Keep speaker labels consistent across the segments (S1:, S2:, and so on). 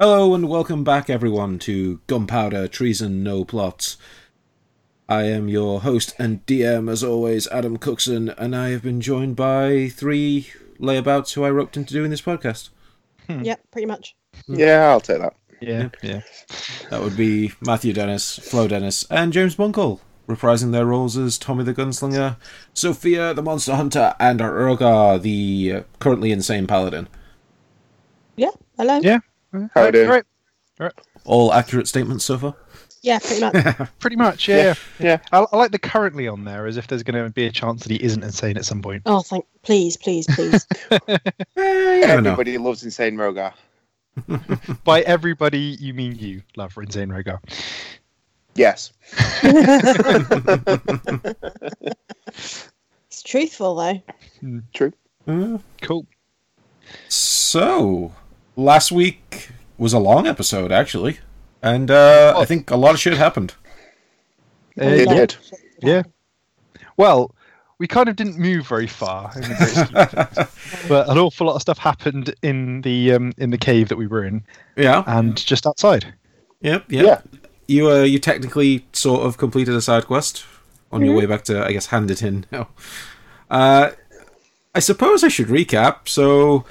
S1: Hello and welcome back, everyone, to Gunpowder Treason No Plots. I am your host and DM, as always, Adam Cookson, and I have been joined by three layabouts who I roped into doing this podcast.
S2: Mm.
S3: Yeah, pretty much.
S4: Yeah, I'll take that.
S2: Yeah, yeah.
S1: That would be Matthew Dennis, Flo Dennis, and James Bunkle, reprising their roles as Tommy the Gunslinger, Sophia the Monster Hunter, and Urga the uh, currently insane Paladin.
S3: Yeah, hello.
S2: Yeah.
S4: How you doing?
S2: Right,
S1: All accurate statements so far?
S3: Yeah, pretty much.
S2: Pretty much, yeah. yeah.
S4: Yeah.
S2: I, I like the currently on there as if there's going to be a chance that he isn't insane at some point.
S3: Oh, thank. Please, please, please.
S1: Eh, you never know.
S4: Everybody loves Insane Rogar.
S2: By everybody, you mean you, love Insane Rogar.
S4: Yes.
S3: it's truthful though.
S4: True.
S1: Uh,
S2: Cool.
S1: So, last week was a long episode, actually. And uh, I think a lot of shit happened.
S2: Uh,
S4: It
S3: Yeah.
S4: did.
S2: Yeah. Well, we kind of didn't move very far, in the great scheme of things, but an awful lot of stuff happened in the um, in the cave that we were in
S1: Yeah.
S2: and just outside.
S1: Yep. Yep.
S4: Yeah.
S1: You uh, you technically sort of completed a side quest on your way back to I guess hand it in now. Uh, I suppose I should recap. So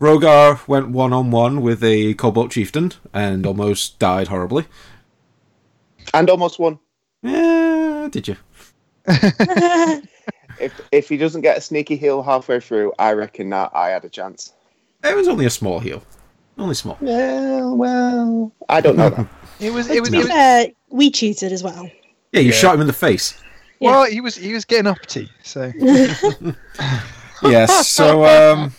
S1: Rogar went one on one with a Cobalt chieftain and almost died horribly.
S4: And almost won.
S1: Yeah, did you?
S4: If if he doesn't get a sneaky heal halfway through, I reckon that I had a chance.
S1: It was only a small heal, only small.
S4: Well, well. I don't know that.
S2: It was it
S3: But
S2: was,
S3: to be
S2: it was
S3: fair, we cheated as well.
S1: Yeah, you
S2: Yeah.
S1: shot him in the face.
S3: Yeah.
S2: well, he was he was getting uppity, so
S1: yes. So um,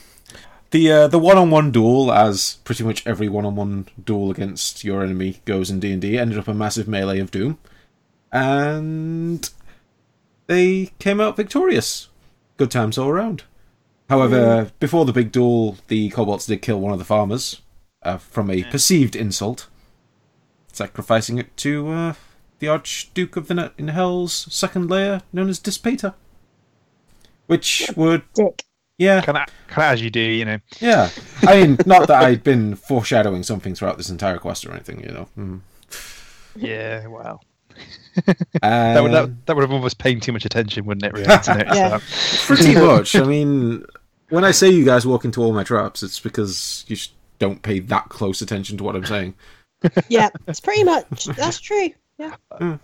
S1: the uh, the one on one duel, as pretty much every one on one duel against your enemy goes in D and D, ended up a massive melee of doom, and they came out victorious. Good times all around. However, before the big duel, the kobolds did kill one of the farmers uh, from a perceived insult, sacrificing it to uh, the Archduke of the Net in Hell's second layer, known as Dispater. Which would
S3: Dick.
S1: yeah,
S2: kind of kind of as you do, you know.
S1: yeah. I mean, not that I'd been foreshadowing something throughout this entire quest or anything, you know.
S2: Hmm.
S1: Mm.
S2: Yeah, wow.
S1: Um,
S2: That would, that, that would have almost paying too much attention, wouldn't it? um, Really, to notice
S3: Yeah.
S2: that?
S1: pretty much. I mean, when I say you guys walk into all my traps, it's because you just don't pay that close attention to what I'm saying.
S3: Yeah, it's pretty much. That's true. Yeah.
S2: um,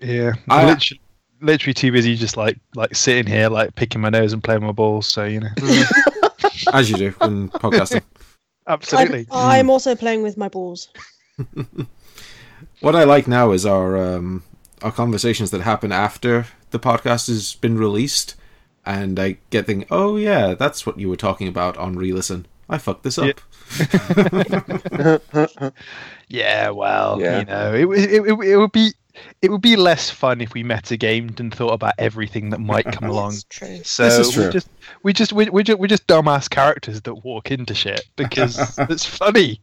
S2: Yeah,
S1: I-
S2: I'm literally, literally too busy just like like sitting here, like picking my nose and playing my balls. So you know,
S1: Mm. As you do when podcasting.
S2: absolutely.
S3: I'm, I'm also playing with my balls.
S1: What I like now is our um, our conversations that happen after the podcast has been released, and I get thinking, oh yeah, that's what you were talking about on re-listen. I fucked this up.
S2: Yeah. Yeah, well,
S4: Yeah.
S2: you know, it, w- it it it would be it would be less fun if we metagamed and thought about everything that might come along.
S3: That's true.
S2: So
S1: This is
S2: we
S1: true.
S2: just we just we we just we're just dumbass characters that walk into shit because it's funny.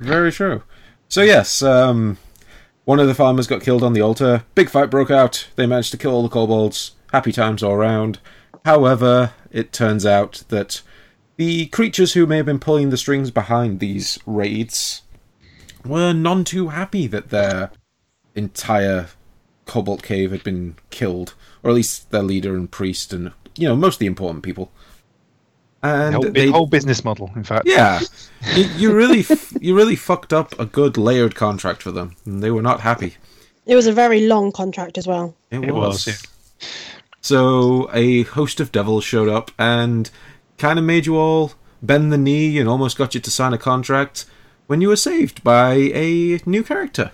S1: Very true. So yes, um, one of the farmers got killed on the altar. Big fight broke out. They managed to kill all the kobolds. Happy times all round. However, it turns out that the creatures who may have been pulling the strings behind these raids were none too happy that their entire cobalt cave had been killed, or at least their leader and priest, and you know most of the important people. And
S2: whole,
S1: they-
S2: big whole business model, in fact.
S1: yeah, you, you really, f- you really fucked up a good layered contract for them, and they were not happy.
S3: It was a very long contract as well.
S1: It,
S2: It was, yeah.
S1: So a host of devils showed up and kind of made you all bend the knee and almost got you to sign a contract when you were saved by a new character.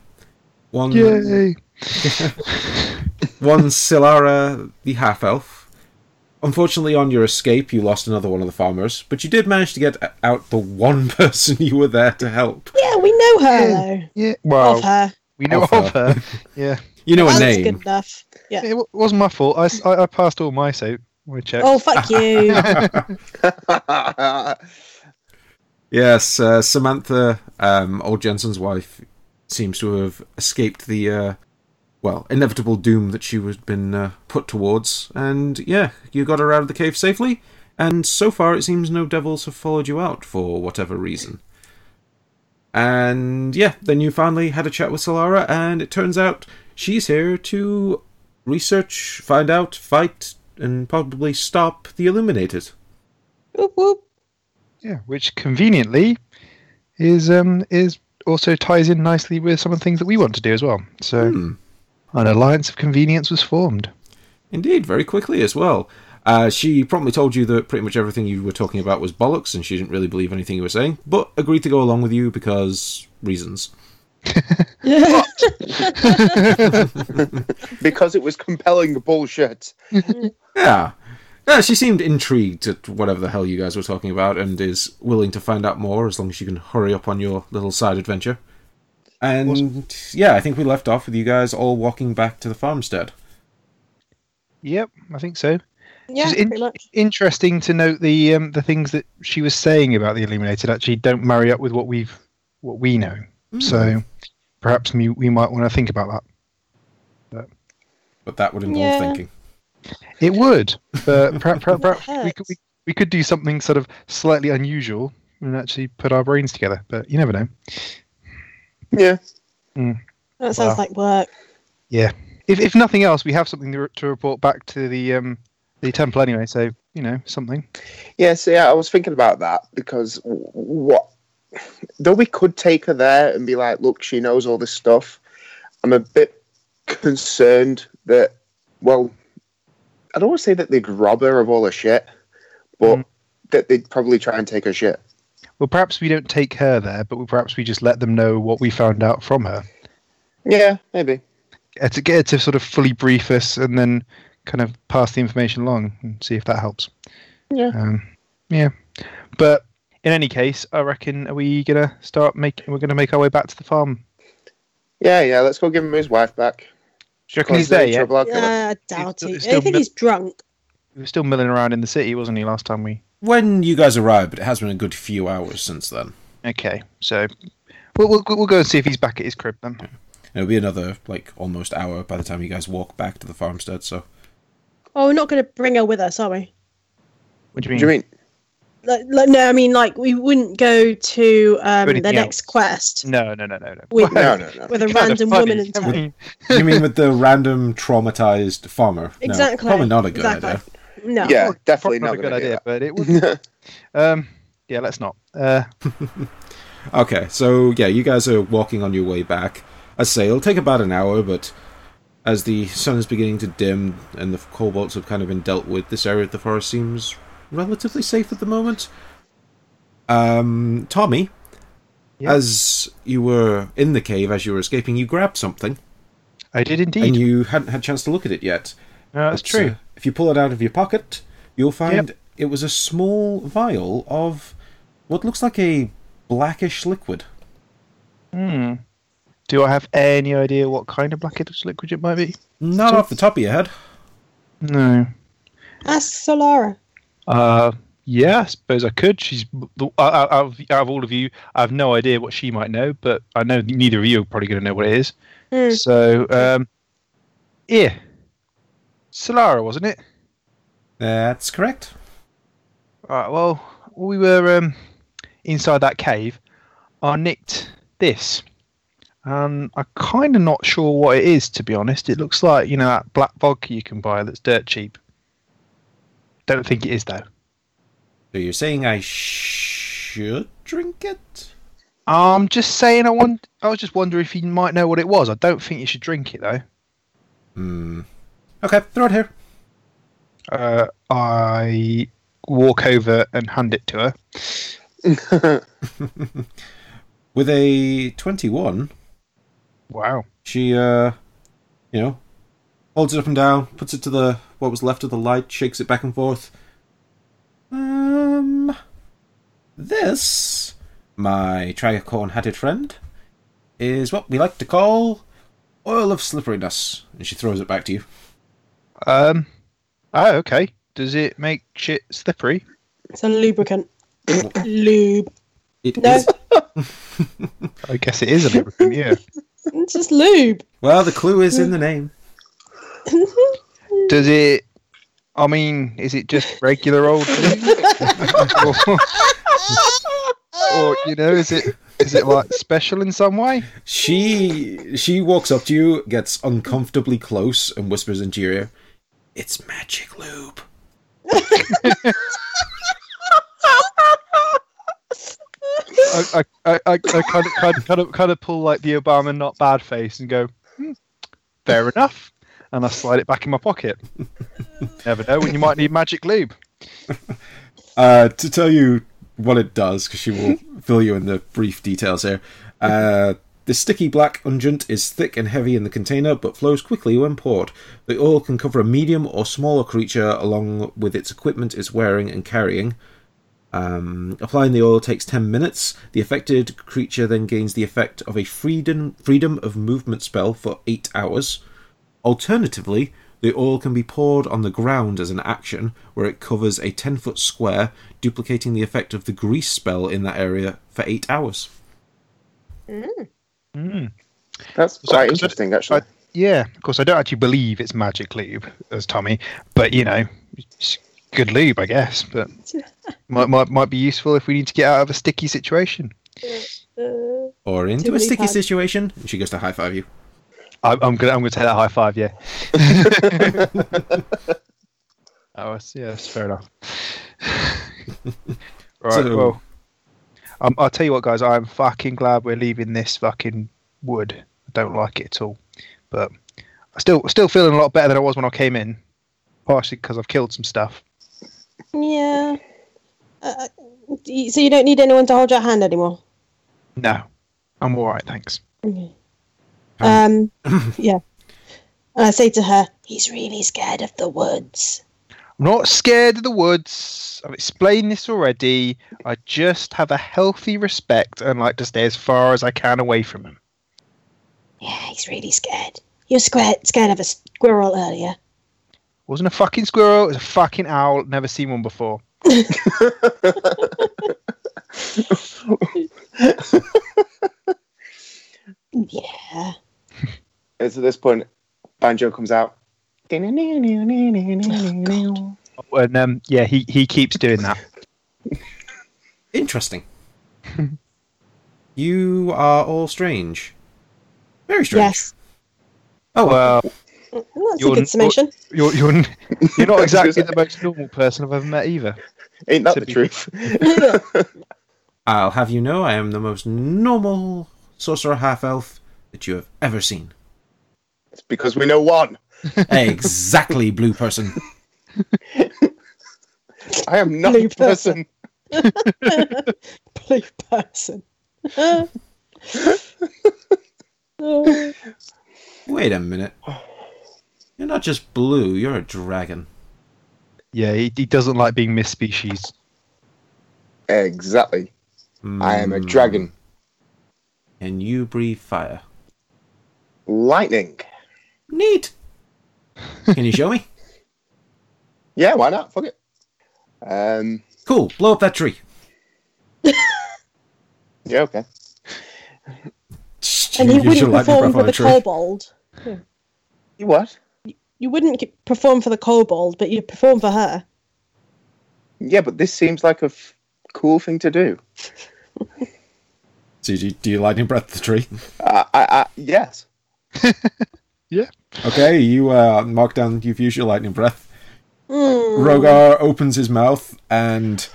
S1: One,
S2: Yay!
S1: one Silara, the half elf. Unfortunately, on your escape, you lost another one of the farmers, but you did manage to get out the one person you were there to help.
S3: Yeah, we know her
S2: Yeah.
S3: though. Of
S2: Oh. Yeah, well,
S3: her.
S2: we know
S1: Of
S2: of
S1: her.
S2: her. Yeah.
S1: You know a
S3: That's
S1: name.
S3: good enough. Yeah.
S2: It wa- wasn't my fault. I, s- I- I passed all my so my checks.
S3: Oh fuck you.
S1: Yes, uh, Samantha, um, old Jensen's wife, seems to have escaped the, uh, well, inevitable doom that she was been uh, put towards. And yeah, you got her out of the cave safely. And so far, it seems no devils have followed you out for whatever reason. And yeah, then you finally had a chat with Solara, and it turns out she's here to research, find out, fight, and probably stop the Illuminated.
S3: Whoop whoop.
S2: Yeah, which conveniently is um is also ties in nicely with some of the things that we want to do as well. So an alliance of convenience was formed.
S1: Indeed, very quickly as well. Uh, she promptly told you that pretty much everything you were talking about was bollocks, and she didn't really believe anything you were saying, but agreed to go along with you because reasons.
S3: Yeah.
S4: because it was compelling bullshit.
S1: Yeah. Yeah, she seemed intrigued at whatever the hell you guys were talking about and is willing to find out more as long as you can hurry up on your little side adventure. And yeah, I think we left off with you guys all walking back to the farmstead.
S2: Yep, I think so.
S3: yeah,
S2: It's in-
S3: pretty much.
S2: Interesting to note the um, the things that she was saying about the Illuminated actually don't marry up with what we've what we know.
S1: Hmm.
S2: So perhaps we, we might want to think about that.
S1: But that would involve
S3: Yeah.
S1: thinking.
S2: It would, but perhaps, perhaps
S3: It
S2: we, could, we, we could do something sort of slightly unusual and actually put our brains together. But you never know.
S4: Yeah.
S3: That sounds
S2: Wow.
S3: like work.
S2: If, if nothing else, we have something to, to report back to the um, the temple anyway. So you know something.
S4: Yeah, so yeah, I was thinking about that because w- what though we could take her there and be like, look, she knows all this stuff. I'm a bit concerned that well, I don't want to say that they'd rob her of all her shit, but
S2: Mm.
S4: that they'd probably try and take her shit.
S2: Well, perhaps we don't take her there, but we, perhaps we just let them know what we found out from her.
S4: Yeah, maybe.
S2: Uh, to get her to sort of fully brief us and then kind of pass the information along and see if that helps.
S4: Yeah.
S2: Um, yeah. But in any case, I reckon are we gonna start making? We're gonna make our way back to the farm.
S4: Yeah, yeah, let's go give him his wife back.
S2: Do you reckon he's
S4: Cause they're
S2: there
S4: in
S2: yet?
S4: trouble, I'll kill her.
S3: Yeah, I doubt
S2: still-
S3: it.
S2: it's still
S3: I think
S2: mi-
S3: he's drunk.
S2: He was still milling around in the city, wasn't he? Last time we.
S1: When you guys arrived, but it has been a good few hours since then.
S2: Okay, so we'll we'll, we'll go and see if he's back at his crib then.
S1: It'll be another like almost hour by the time you guys walk back to the farmstead. So
S3: Oh, we're not going to bring her with us, are we?
S2: What do you
S4: Do
S2: mean?
S4: you mean
S3: Like, like, no, I mean, like, we wouldn't go to um,
S2: Anything
S3: the next
S2: else? Mm.
S3: quest
S2: No, no, no, no, no.
S3: with,
S4: no no no.
S3: with a
S2: Kinda
S3: random
S2: funny,
S3: woman in
S2: I
S3: tow.
S2: mean,
S1: you mean with the random traumatized farmer? No,
S3: Exactly.
S1: probably not a good
S3: exactly.
S1: idea.
S3: No.
S4: Yeah, definitely
S2: probably
S4: not
S2: not a good idea, but it would.
S4: idea.
S2: Um, yeah, let's not. Uh,
S1: Okay, so yeah, you guys are walking on your way back. As I say, it'll take about an hour, but as the sun is beginning to dim and the cobalts have kind of been dealt with, this area of the forest seems relatively safe at the moment. Um, Tommy,
S2: Yeah.
S1: as you were in the cave, as you were escaping, you grabbed something
S2: I did
S1: and
S2: indeed.
S1: you hadn't had a chance to look at it yet.
S2: no, that's
S1: But,
S2: true.
S1: uh, if you pull it out of your pocket, you'll find it was a small vial of what looks like a blackish liquid.
S2: Hmm. Do I have any idea what kind of blackish liquid it might be?
S1: Not
S2: So-
S1: off the top of your head.
S2: No.
S3: Ask Solara.
S2: Uh, yeah, I suppose I could. She's the- out, out- out of, out of all of you. I have no idea what she might know, but I know neither of you are probably going to know what it is.
S3: Hmm.
S2: So, um, yeah, Solara, wasn't it?
S1: That's correct.
S2: All right. Well, when we were um, inside that cave. I nicked this, and I'm kind of not sure what it is. To be honest, it looks like you know that black vodka you can buy that's dirt cheap. Don't think it is though.
S1: So you're saying I should drink it?
S2: I'm just saying. I want. I was just wondering if you might know what it was. I don't think you should drink it though.
S1: Hmm. Okay, throw it here.
S2: Uh, I walk over and hand it to her.
S1: With a 21,
S2: Wow.
S1: she, uh, you know, holds it up and down, puts it to the what was left of the light, shakes it back and forth. Um, this, my tricorn-hatted friend, is what we like to call oil of slipperiness. And she throws it back to you.
S2: Um. Oh, okay. Does it make shit slippery?
S3: It's a lubricant. Lube.
S1: It
S3: No.
S1: is-
S2: I guess it is a lubricant. Yeah.
S3: It's just lube.
S1: well, the clue is in the name.
S2: Does it? I mean, is it just regular old? lube? or, or, you know, is it Is it like special in some way?
S1: She she walks up to you, gets uncomfortably close, and whispers into your ear, "It's magic lube."
S2: I, I, I, I, I kind, of, kind, of, kind of kind of pull like the Obama not bad face and go, hmm, fair enough, and I slide it back in my pocket. Never know when you might need magic lube.
S1: Uh, to tell you what it does, because she will fill you in the brief details here. Uh, the sticky black unguent is thick and heavy in the container, but flows quickly when poured. The oil can cover a medium or smaller creature along with its equipment it's wearing and carrying. Um, applying the oil takes 10 minutes. The affected creature then gains the effect of a freedom, freedom of movement spell for 8 hours. Alternatively, the oil can be poured on the ground as an action, where it covers a 10 foot square, duplicating the effect of the grease spell in that area for 8 hours.
S2: Mm.
S4: That's
S2: So-
S4: quite
S2: so-
S4: interesting, actually.
S2: I- Yeah, of course, I don't actually believe it's magic lube, as Tommy, but you know, it's good lube, I guess, but might, might, might be useful if we need to get out of a sticky situation.
S3: Uh,
S1: Or into a
S3: many
S1: sticky
S3: times.
S1: situation. And she goes to high five you.
S2: I'm, I'm gonna I'm gonna take that high five. Yeah. oh, that's, yeah, that's fair enough. right.
S1: So-
S2: well, um, I'll tell you what, guys. I'm fucking glad we're leaving this fucking wood. I don't like it at all, but I still still feeling a lot better than I was when I came in. Partially because I've killed some stuff.
S3: yeah. Uh, uh, d- so you don't need anyone to hold your hand anymore.
S2: No, I'm all right, thanks.
S3: Um, yeah. And I say to her, he's really scared of the woods.
S2: I'm not scared of the woods. I've explained this already. I just have a healthy respect and like to stay as far as I can away from them.
S3: Yeah, he's really scared. He was scared, scared of a squirrel earlier.
S2: Wasn't a fucking squirrel. It was a fucking owl. Never seen one before.
S3: Yeah.
S4: It's at this point, banjo comes out. That's
S2: Oh, And um, yeah, he he keeps doing that.
S1: Interesting. you are all strange. Very strange.
S3: Yes.
S1: Oh,
S2: Well,
S3: Well, that's
S2: You're
S3: a
S2: n-
S3: good summation.
S2: you're you're, n- you're not exactly the most normal person I've ever met either.
S4: Ain't that
S2: To
S4: the
S2: be-
S4: truth?
S1: I'll have you know I am the most normal sorcerer half elf that you have ever seen.
S4: It's because we know one.
S1: exactly, blue person.
S4: I am not the
S3: Blue
S4: person.
S3: person. Blue person. Oh. Uh,
S1: Wait a minute. You're not just blue, you're a dragon.
S2: Yeah, he, he doesn't like being misspecies.
S4: Exactly. I am a
S1: Mm.
S4: dragon.
S1: And you breathe fire.
S4: Lightning.
S1: Neat. Can you show me?
S4: Yeah, why not? Fuck it. Um,
S1: Cool, blow up that tree.
S4: yeah, okay.
S3: and he
S1: You should
S3: wouldn't
S1: light your
S3: perform
S1: breath on
S3: with
S1: a
S3: a
S1: tree.
S3: kobold.
S4: You what?
S3: You wouldn't c- perform for the kobold, but you'd perform for her.
S4: Yeah, but this seems like a f- cool thing to do.
S1: So do you, do you lightning breath the tree?
S4: Uh, I, I, yes.
S1: Okay, you uh, mark down. You've used your lightning breath.
S3: Mm.
S1: Rogar opens his mouth and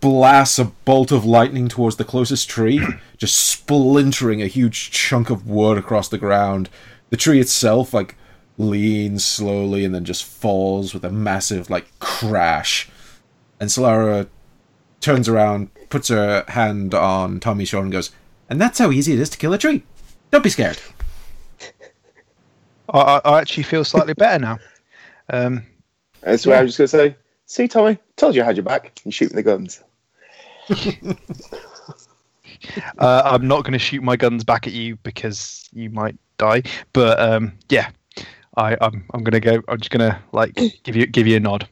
S1: blasts a bolt of lightning towards the closest tree, just splintering a huge chunk of wood across the ground. The tree itself, like, leans slowly and then just falls with a massive, like, crash. And Solara turns around, puts her hand on Tommy's shoulder, and goes, "And that's how easy it is to kill a tree. Don't be scared."
S2: I, I, I actually feel slightly better now. Um,
S4: That's what I was just going to say. See, Tommy, told you I had your back. You're shooting the guns.
S2: uh, I'm not going to shoot my guns back at you because you might die. But um, yeah, I, I'm I'm going to go. I'm just going to like give you give you a nod.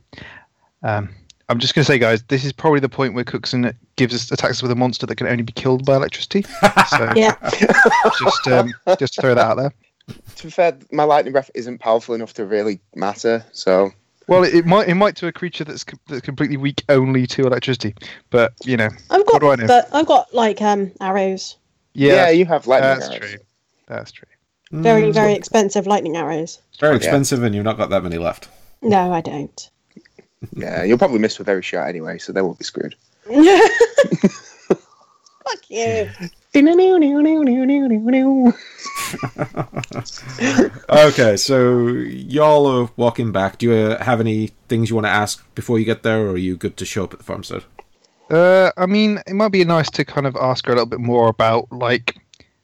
S2: Um, I'm just going to say, guys, this is probably the point where Cookson gives us attacks us with a monster that can only be killed by electricity. So
S3: Yeah.
S2: just um, just throw that out there.
S4: To be fair, my lightning breath isn't powerful enough to really matter, so
S2: Well, it, it might it might to a creature that's com- that's completely weak only to electricity, but you know,
S3: I've got,
S2: What do I know?
S3: but I've got like um arrows,
S2: yeah,
S4: yeah, you have lightning.
S2: that's
S4: arrows.
S2: true. That's true.
S3: very
S2: Hmm.
S1: Mm,
S3: very expensive lightning arrows.
S1: very
S4: yeah.
S1: expensive, and you've not got that many left.
S2: Hmm.
S3: No, I don't.
S4: Yeah, you'll probably miss with every shot anyway, so they won't be screwed.
S3: Fuck
S2: Hmm.
S3: you.
S1: Okay, so y'all are walking back. Do you uh, have any things you want to ask before you get there, or are you good to show up at the farmstead?
S2: Uh, I mean, it might be nice to kind of ask her a little bit more about like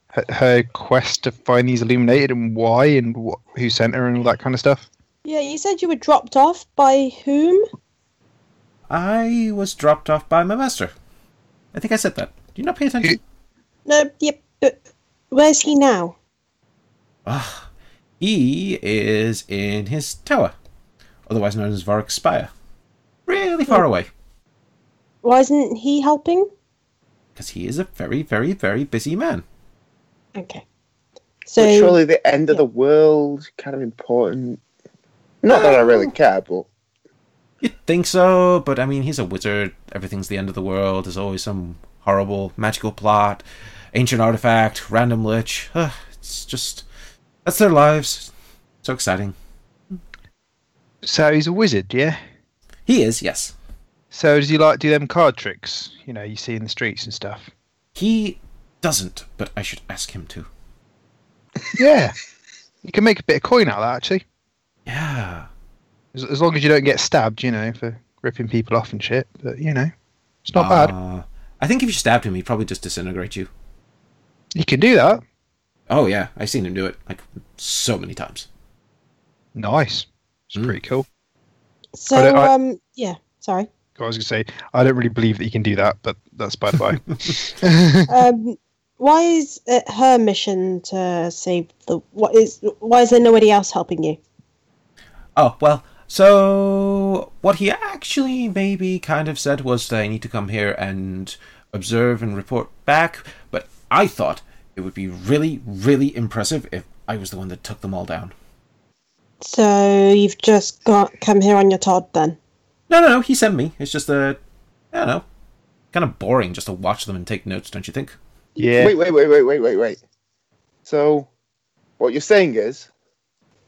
S2: her, her quest to find these illuminated and why and what, who sent her and all that kind of stuff.
S3: Yeah, you said you were dropped off by whom?
S1: I was dropped off by my master. I think I said that. Do you not pay attention?
S3: No, yep. But where's he now?
S1: Ah, he is in his tower, otherwise known as Varric Spire. Really far away,
S3: Why isn't he helping?
S1: because he is a very, very, very busy man.
S3: Okay. So
S4: But surely the end of the world kind of important. Not that I really care, but
S1: You'd think so, but I mean, he's a wizard. Everything's the end of the world. There's always some horrible magical plot, ancient artifact, random lich. Ugh, it's just. That's their lives. So exciting.
S2: So he's a wizard, yeah.
S1: He is, yes.
S2: So does he like do them card tricks? You know, you see in the streets and stuff.
S1: He doesn't, but I should ask him to.
S2: Yeah, you can make a bit of coin out of that actually,
S1: Yeah.
S2: as, as long as you don't get stabbed, you know, for ripping people off and shit. But you know, it's not bad.
S1: Uh, I think if you stabbed him, he'd probably just disintegrate you.
S2: You can do that.
S1: Oh, yeah. I've seen him do it, like, so many times.
S2: Nice. It's
S1: Mm.
S2: pretty cool.
S3: so
S2: I don't- I-
S3: um yeah, sorry.
S2: I was gonna say I don't really believe that you can do that, but that's by the by.
S3: Um why is it her mission to save the what is why is there nobody else helping you?
S1: Oh, well, so what he actually maybe kind of said was that I need to come here and observe and report back, but I thought it would be really, really impressive if I was the one that took them all down.
S3: So you've just got come here on your Todd then.
S1: No, no, no, he sent me. It's just uh I don't know, kind of boring just to watch them and take notes, don't you think?
S2: yeah.
S4: wait, wait, wait, wait, wait, wait, wait. So, what you're saying is,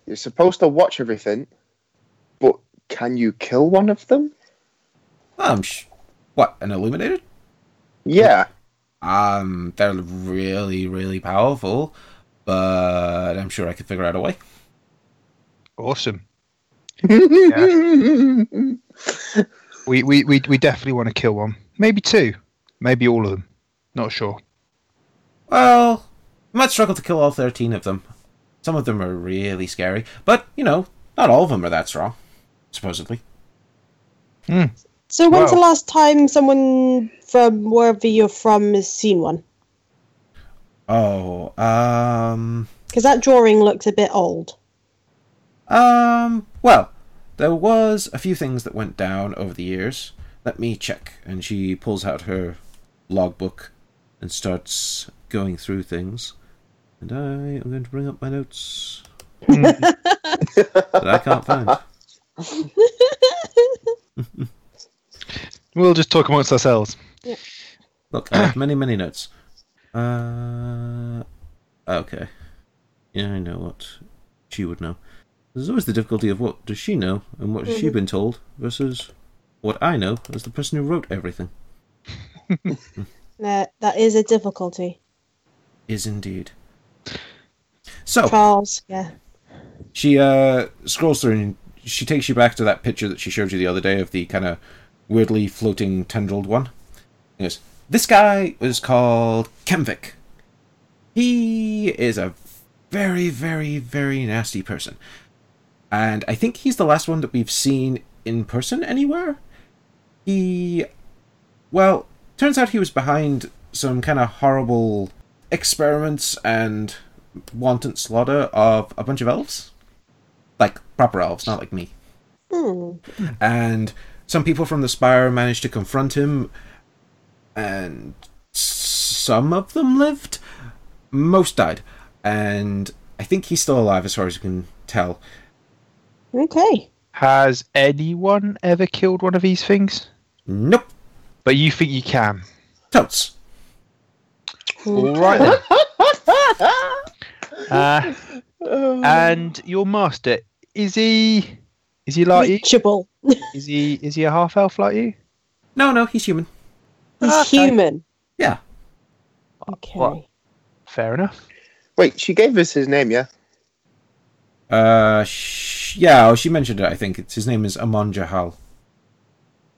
S4: you're supposed to watch everything, but can you kill one of them?
S1: Um, sh- what, an illuminated?
S4: Yeah.
S1: Um, they're really, really powerful, but I'm sure I could figure out a way.
S2: Awesome. We, we we we definitely want to kill one. Maybe two. Maybe all of them. Not sure.
S1: Well, you might struggle to kill all 13 of them. Some of them are really scary, but, you know, not all of them are that strong, supposedly.
S3: So when's the
S2: Wow.
S3: last time someone from wherever you're from has seen one?
S1: Oh, um.
S3: Because that drawing looks a bit old.
S1: Um, well, there was a few things that went down over the years. Let me check. And she pulls out her logbook and starts going through things. And I am going to bring up my notes that I can't find.
S2: We'll just talk amongst ourselves.
S1: Look, I have many, many notes. Uh, okay. Yeah, I know what she would know. There's always the difficulty of what does she know and what has she been told versus what I know as the person who wrote everything.
S3: That that is a difficulty.
S1: Is indeed.
S2: Oh.
S1: So
S3: Charles, yeah.
S1: she uh, scrolls through and she takes you back to that picture that she showed you the other day of the kind of weirdly floating tendrilled one. He goes, This guy was called Kemvik. He is a very, very, very nasty person. And I think he's the last one that we've seen in person anywhere. He. Well, turns out he was behind some kind of horrible experiments and wanton slaughter of a bunch of elves. Like proper elves, not like me
S3: Hmm.
S1: and some people from the spire managed to confront him and some of them lived most died and i think he's still alive as far as you can tell
S3: Okay.
S2: Has anyone ever killed one of these things?
S1: Nope.
S2: But you think you can?
S1: Totes.
S3: Hmm.
S2: All right then. Uh, and your master is he? Is he like you?
S3: Reachable.
S2: Is he? Is he a half elf like you?
S1: No, no, he's human.
S3: He's
S2: Okay.
S3: human.
S1: Yeah.
S3: Okay.
S2: What? Fair enough.
S4: Wait, she gave us his name, yeah?
S1: Uh, sh- yeah, oh, she mentioned it. I think it's his name is Amon Jahal.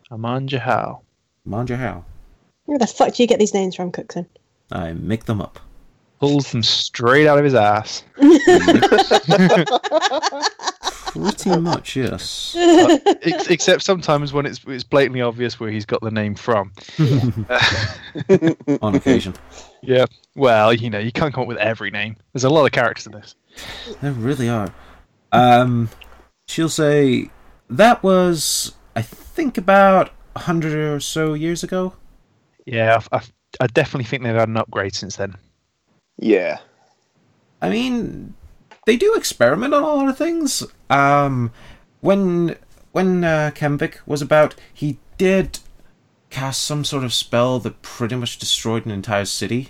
S2: Aman Jahal.
S1: Amon Jahal.
S3: Where the fuck do you get these names from, Cookson?
S1: I make them up.
S2: Pulls them straight out of his ass.
S1: Pretty much, yes.
S2: Ex- except sometimes when it's it's blatantly obvious where he's got the name from.
S1: On occasion,
S2: Yeah. Well, you know, you can't come up with every name. There's a lot of characters in this.
S1: there really are. Um, she'll say that was, I think, about a hundred or so years ago.
S2: Yeah, I, I, I definitely think they've had an upgrade since then.
S4: Yeah.
S1: I mean, they do experiment on a lot of things. Um, when when uh, Kemvik was about, he did cast some sort of spell that pretty much destroyed an entire city.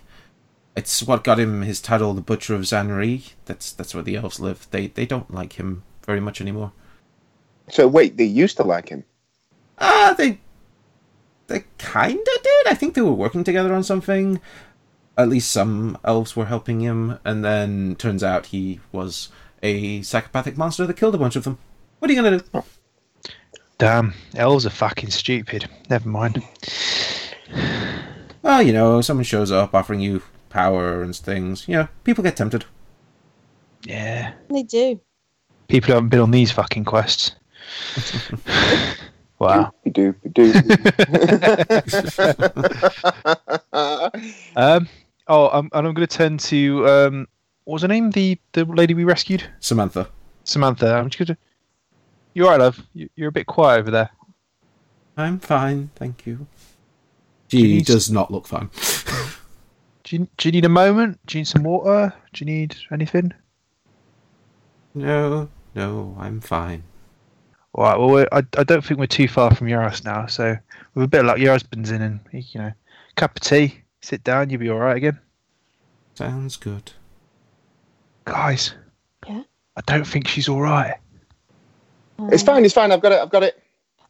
S1: It's what got him his title, the Butcher of Zanri. That's that's where the elves live. They they don't like him very much anymore.
S4: So wait, they used to like him.
S1: Uh, they they kinda did. I think they were working together on something. At least some elves were helping him, and then turns out he was a psychopathic monster that killed a bunch of them. What are you gonna do?
S2: Damn, elves are fucking stupid. Never mind.
S1: Well, you know, someone shows up offering you power and things. You know, people get tempted.
S2: Yeah.
S3: They do.
S2: People who haven't been on these fucking quests. wow.
S4: Do do.
S2: Um. Oh, um, and I'm going to turn to um. What was her name? The the lady we rescued,
S1: Samantha.
S2: Samantha. I'm just going to. You're right, love. You, you're a bit quiet over there.
S1: I'm fine, thank you. She
S2: Jeez.
S1: does not look fine.
S2: Do you, do you need a moment? Do you need some water? Do you need anything?
S1: no, no, I'm fine.
S2: All right. Well, we're, I, I don't think we're too far from your house now. So with a bit of luck, your husband's in, and he- you know, cup of tea, sit down, you'll be all right again,
S1: Sounds good.
S2: guys.
S3: Yeah?
S2: I don't think she's all right.
S4: it's fine, it's fine, I've got it, I've got it.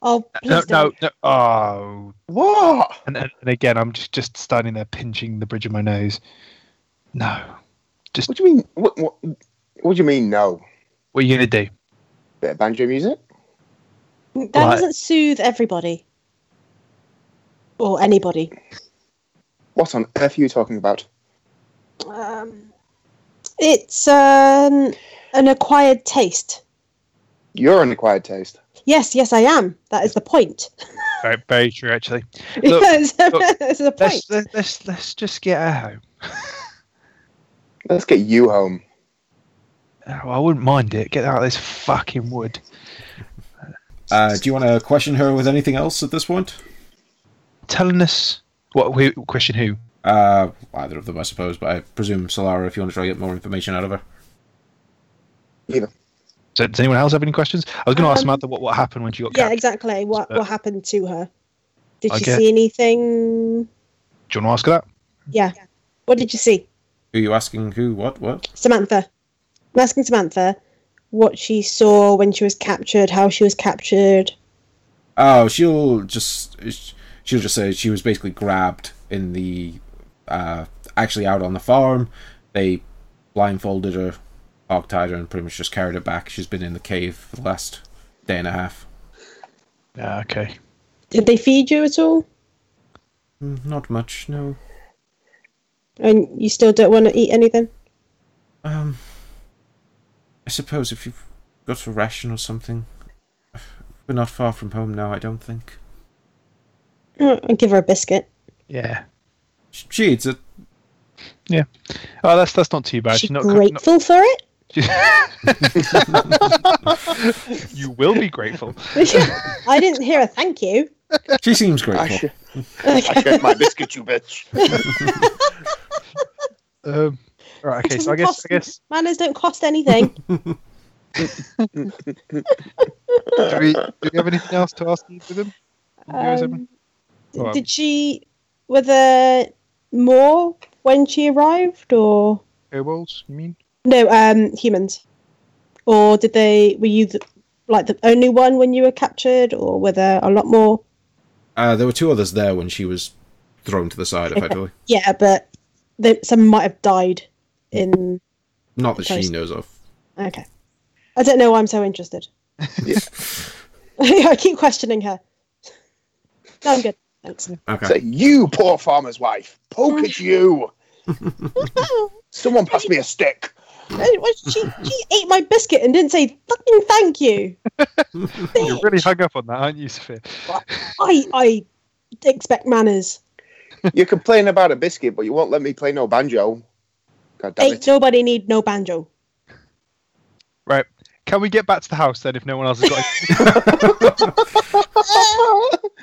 S3: Oh, please
S2: Uh, No, no,
S3: don't.
S2: no. Oh.
S4: What?
S2: And, and and again, I'm just just standing there pinching the bridge of my nose. No.
S4: What do you mean what what, what do you mean no?
S2: What are you gonna do?
S4: Bit of banjo music?
S3: That
S2: Right.
S3: doesn't soothe everybody. Or anybody.
S4: What on earth are you talking about?
S3: Um, it's um, an acquired taste.
S4: You're an acquired taste.
S3: Yes, yes, I am. That is the point.
S2: Very, very true, actually. Look,
S3: Yes,
S2: look,
S3: this is the point.
S2: Let's let's let's, let's just get her home.
S4: Let's get you home.
S2: Oh, I wouldn't mind it. Get out of this fucking wood.
S1: Uh, do you want to question her with anything else at this point?
S2: Telling us what? Who, question who?
S1: Uh, either of them, I suppose, but I presume Solara if you want to try to get more information out of her.
S2: So, does anyone else have any questions? I was going to ask
S3: Um,
S2: Samantha what, what happened when she got
S3: Yeah,
S2: yeah,
S3: exactly. What
S2: Uh,
S3: what happened to her? Did
S2: I
S3: you
S2: guess-
S3: see anything?
S2: Do you want to ask her
S3: Yeah. What did you see,
S1: Who are you asking? Who? What? What?
S3: Samantha? I'm asking Samantha what she saw when she was captured, how she was captured.
S1: Oh, she'll just she'll just say she was basically grabbed in the uh, actually out on the farm. They blindfolded her, hog tied her, and pretty much just carried her back. She's been in the cave for the last day and a half.
S2: that? Yeah, okay.
S3: Did they feed you at all?
S1: Mm, Not much, no.
S3: And you still don't want to eat anything?
S1: Um, I suppose if you've got a ration or something, we're not far from home now. I don't think.
S3: Oh, I'll give her a biscuit.
S2: Yeah.
S1: She eats it.
S2: Oh, that's that's not too bad.
S3: Is she
S2: She's not, not
S3: grateful for it?
S2: You will be grateful.
S3: I didn't hear a thank you.
S1: She seems
S4: I,
S1: grateful.
S4: sh- I shared my biscuit, you bitch.
S2: Um, right. Okay. So I
S3: Doesn't
S2: guess
S3: cost-
S2: I guess
S3: Manners don't cost anything.
S2: do, we, do we have anything else to ask you for them? You guys have-
S3: Um,
S2: Go on.
S3: did she? Were there more when she arrived, or
S2: Kobolds, you mean?
S3: no? Um, humans, or did they? Were you the, like the only one when you were captured, or were there a lot more?
S1: Uh, there were two others there when she was thrown to the side, effectively.
S3: Yeah, but they, some might have died. In
S1: Not that she
S3: Close.
S1: knows of.
S3: okay, I don't know why I'm so interested.
S4: Yeah.
S3: I keep questioning her. No, I'm good. Thanks.
S1: Okay.
S4: Say, you poor farmer's wife, poke at you. Someone pass me a stick.
S3: Hey, what- she, she ate my biscuit and didn't say fucking thank you.
S2: You're really hung up on that, aren't you, Sophia?
S3: I I expect manners.
S4: You complain about a biscuit, but you won't let me play no banjo. God damn
S3: Ain't
S4: it.
S3: nobody need no banjo.
S2: Right. Can we get back to the house then if no one else has got it? I'm,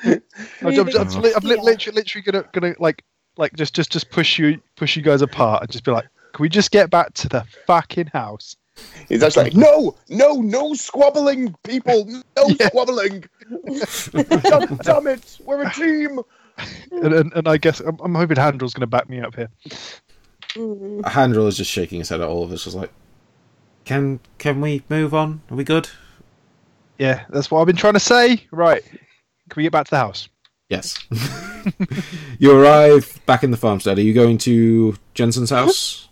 S2: I'm, I'm, I'm, li- I'm li-
S3: Yeah.
S2: literally, literally gonna, gonna like, like just, just, just push you, push you guys apart and just be like, can we just get back to the fucking house?
S4: He's just like, no, no, no squabbling, people, no squabbling. God damn it, we're a team.
S2: And, and, and I guess I'm, I'm hoping Handel's gonna back me up here.
S3: Mm.
S1: Handrel is just shaking his head at all of us, just like, can can we move on? Are we good?
S2: Yeah, that's what I've been trying to say. Right. Can we get back to the house?
S1: Yes. you arrive back in the farmstead. Are you going to Jensen's house?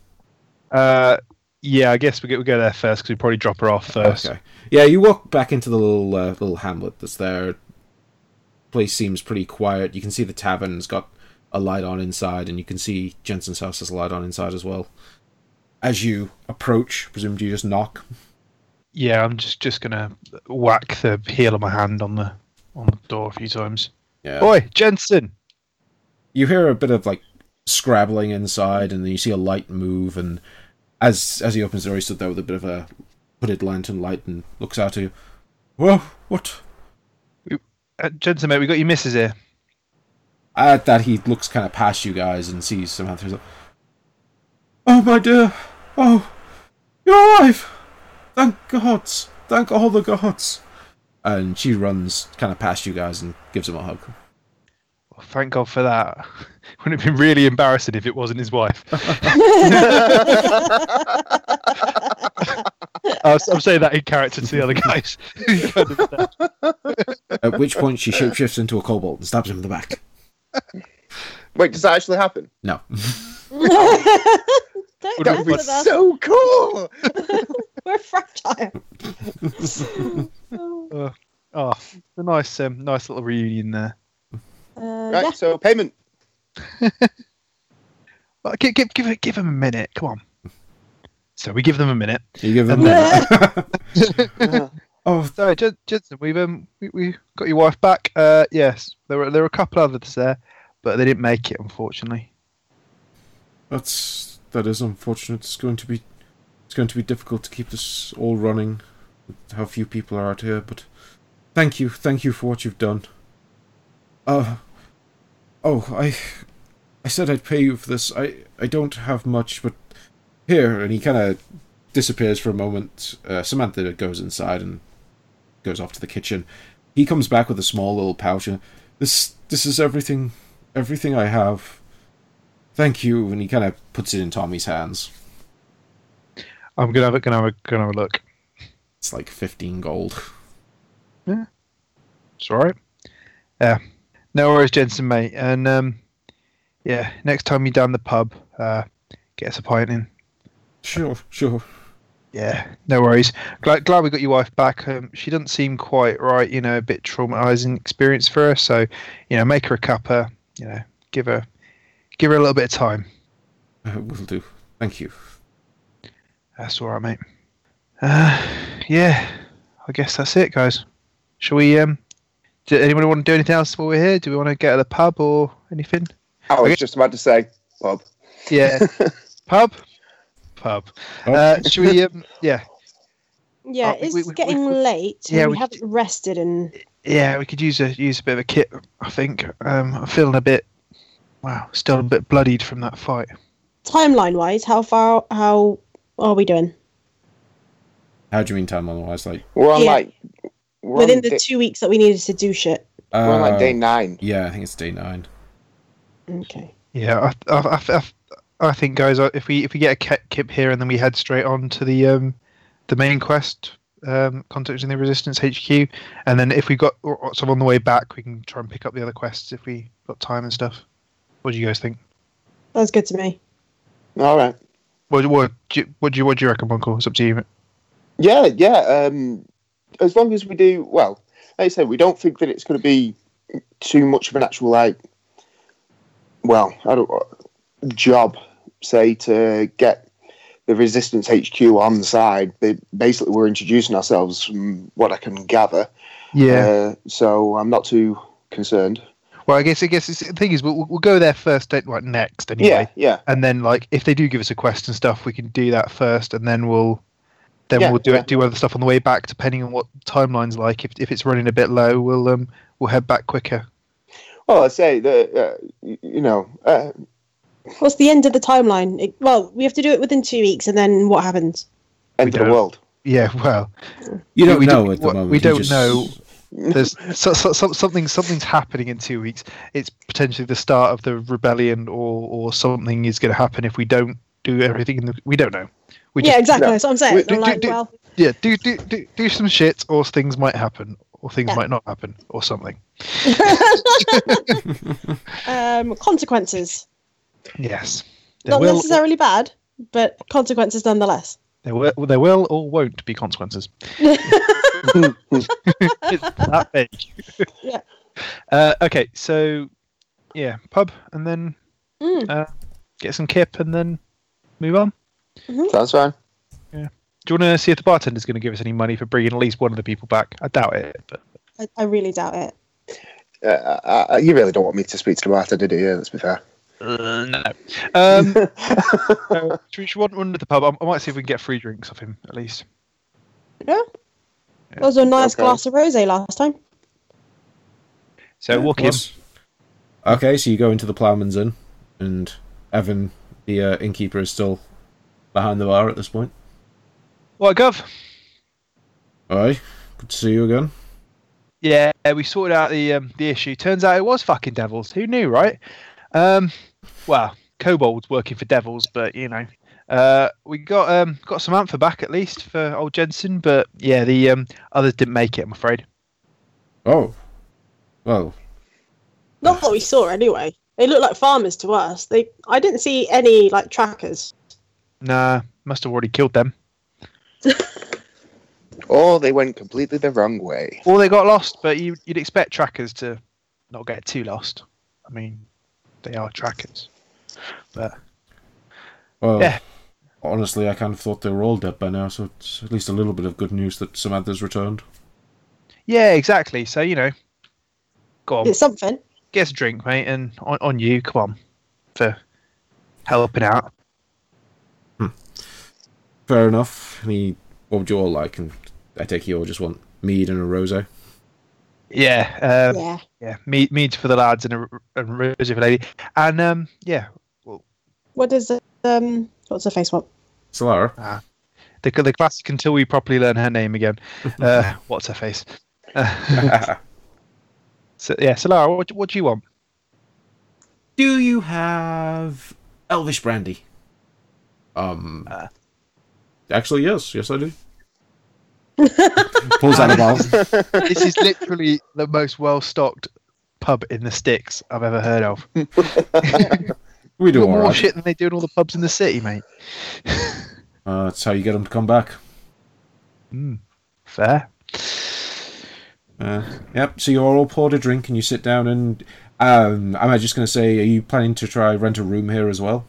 S2: Uh, yeah, I guess we go, we go there first because we probably drop her off first.
S1: Okay. Yeah, you walk back into the little uh, little hamlet that's there. Place seems pretty quiet. You can see the tavern's got a light on inside, and you can see Jensen's house has a light on inside as well. As you approach, presumably you just knock.
S2: Yeah, I'm just just gonna whack the heel of my hand on the on the door a few times.
S1: Yeah.
S2: Boy, Jensen.
S1: you hear a bit of like scrabbling inside, and then you see a light move. And as as he opens the door, he stood there with a bit of a hooded lantern light and looks out at you. Whoa, what?
S2: Uh, Jensen, mate, we got your missus here.
S1: At that, he looks kind of past you guys and sees Samantha. He's like, oh my dear, oh, you're alive! Thank gods, thank all the gods. And she runs kind of past you guys and gives him a hug.
S2: Well, thank God for that. Wouldn't it have been really embarrassing if it wasn't his wife? I was- I'm saying that in character to the other guys.
S1: At which point, she shapeshifts into a kobold and stabs him in the back.
S4: Wait, does that actually happen?
S1: No.
S3: don't mess
S4: That
S2: That
S4: would be
S3: with us.
S4: so cool.
S3: We're fragile.
S2: oh, a nice, um, nice little reunion there.
S3: Uh,
S4: Right,
S3: yeah.
S4: so payment.
S2: Well, give, give, give, it- give him a minute. Come on. So we give them a minute.
S1: You give them
S2: uh,
S1: that. oh,
S2: So, Jen- Jensen, we've um, we, we got your wife back. Uh, yes, there were there were a couple others there, but they didn't make it, unfortunately.
S1: That's that is unfortunate. It's going to be it's going to be difficult to keep this all running. with How few people are out here, but thank you, thank you for what you've done. Uh oh, I I said I'd pay you for this. I I don't have much, but here and he kind of disappears for a moment. Uh, Samantha goes inside and goes off to the kitchen. He comes back with a small little pouch. And, this this is everything, everything I have. Thank you, and he kind of puts it in Tommy's hands.
S2: I'm gonna have a gonna have a, gonna have a look.
S1: It's like 15 gold.
S2: It's all right. Yeah, no worries, Jensen, mate. And um, yeah, next time you're down the pub, uh, get us a pint in.
S1: Sure, sure.
S2: Yeah, no worries. Glad, glad we got your wife back. Um, she doesn't seem quite right, you know, a bit traumatizing experience for her. So, you know, make her a cuppa, you know, give her give her a little bit of time.
S1: Uh, will do. Thank you.
S2: That's all right, mate. Uh, yeah, I guess that's it, guys. Shall we? Um, do anyone want to do anything else while we're here? Do we want to get to the pub or anything?
S4: I
S2: Okay.
S4: was just about to say, Bob.
S2: Yeah, pub, pub.
S1: Oh.
S2: Uh, should we? Um, yeah,
S3: yeah,
S2: Uh, we-
S3: it's
S2: we- we-
S3: getting
S2: we-
S3: late.
S2: yeah,
S3: and we,
S2: we-
S3: haven't rested in.
S2: yeah, we could use a use a bit of a kit. I think um, I'm feeling a bit. Wow, still a bit bloodied from that fight.
S3: Timeline wise, how far? How are we doing?
S1: How do you mean timeline wise? Like,
S4: We're on
S3: Yeah.
S4: like, We're
S3: within
S4: on
S3: the
S4: day,
S3: two weeks that we needed to do shit.
S4: we're on like
S1: Uh,
S4: day nine.
S1: yeah, I think it's day nine.
S3: Okay.
S2: Yeah, I, I, I, I, I think guys, uh, if we if we get a ki- kip here and then we head straight on to the um, the main quest, um, contacting the Resistance HQ, and then if we got or- or some on the way back, we can try and pick up the other quests if we got time and stuff. What do you guys think?
S3: That's good to me.
S4: All right.
S2: What what do you, what do you, what do you reckon, Buncle? It's up to you.
S4: Yeah, yeah. Um, as long as we do well, like I said, we don't think that it's going to be too much of an actual like, well, I don't job say to get the resistance HQ on the side. But basically, we're introducing ourselves from what I can gather. Uh, so I'm not too concerned.
S2: Well, I guess I guess it's, the thing is we'll, we'll go there first, don't like next anyway.
S4: Yeah, yeah.
S2: and then like if they do give us a quest and stuff, we can do that first, and then we'll then
S4: Yeah,
S2: we'll do
S4: yeah.
S2: it do other stuff on the way back, depending on what timeline's like. If if it's running a bit low, we'll um we'll head back quicker.
S4: Well, I say that uh, y- you know. Uh,
S3: What's the end of the timeline? It- well, we have to do it within two weeks, and then what happens?
S4: end of
S2: don't.
S4: the world.
S2: Yeah, well,
S1: You don't
S2: we
S1: know
S2: don't-
S1: at the
S2: what-
S1: moment.
S2: we
S1: you
S2: don't
S1: just-
S2: know. there's so, so, so, something something's happening in two weeks. It's potentially the start of the rebellion, or or something is going to happen if we don't do everything. In the, we don't know. We
S3: yeah, exactly.
S4: no.
S3: That's what I'm saying.
S2: Wait, do-
S3: I'm
S2: do-
S3: like,
S2: do-
S3: well,
S2: yeah, do do, do do some shit, or things might happen, or things
S3: Yeah.
S2: might not happen, or something.
S3: um, consequences.
S2: Yes.
S3: Not
S2: There will-
S3: necessarily bad, but consequences nonetheless.
S2: There will, there will or won't be consequences. It's that big.
S3: Yeah.
S2: Uh, okay, so yeah, pub and then uh,
S3: Mm.
S2: get some kip and then move on.
S4: That's fine.
S2: Do you want to see if the bartender's going to give us any money for bringing at least one of the people back? I doubt it, but
S3: I, I really doubt it.
S4: Uh, uh, uh, you really don't want me to speak to the bartender, do you? Let's be fair.
S2: uh, no. Um, so, should we- should we run to the pub? I, I might see if we can get free drinks off him at least.
S3: That was a nice
S4: Okay.
S3: glass of rosé last time.
S2: So walk in.
S1: Yes. Okay, so you go into the Plowman's Inn, and Evan, the uh, innkeeper, is still behind the bar at this point.
S2: What, Gov?
S1: Aye, good to see you again.
S2: Yeah, we sorted out the um, the issue. Turns out it was fucking devils. Who knew, right? Um, well, Kobold's working for devils, but you know, uh, we got um, got Samantha back at least for old Jensen. But yeah, the um, others didn't make it. I'm afraid.
S1: Oh, well,
S3: Not that we saw anyway. They looked like farmers to us. They, I didn't see any like trackers.
S2: Nah, must have already killed them.
S4: Or Oh, they went completely the wrong way.
S2: Or they got lost. But you, you'd expect trackers to not get too lost. I mean, they are trackers. But
S1: well.
S2: Yeah.
S1: Honestly, I kind of thought they were all dead by now, so it's at least a little bit of good news that Samantha's returned.
S2: yeah, exactly. So you know, go
S4: Oh.
S2: on.
S3: It's something.
S2: get us a drink, mate, and on, on you, come on, for helping out.
S1: Fair enough. Any, what would you all like? And I take you all just want mead and a rosé.
S2: Yeah, um, yeah,
S3: yeah.
S2: Me, meads for the lads and a, r- and rosy for lady, and um, yeah,
S3: What does the- um? What's the face want?
S1: Solara,
S2: the the classic until we properly learn her name again. Uh, what's her face? Uh, so yeah, so Lara, what, what do you want?
S1: do you have Elvish brandy? Um.
S2: Uh.
S1: Actually, yes, yes, I do. Pulls out a bottle.
S2: This is literally the most well stocked pub in the sticks I've ever heard of.
S1: We
S2: They
S1: do
S2: got
S1: all
S2: more
S1: right.
S2: shit than they do in all the pubs in the city, mate.
S1: Uh, that's how you get them to come back.
S2: Mm, fair.
S1: Uh, yep. So you're all poured a drink and you sit down and um, am I just going to say, are you planning to try rent a room here as well?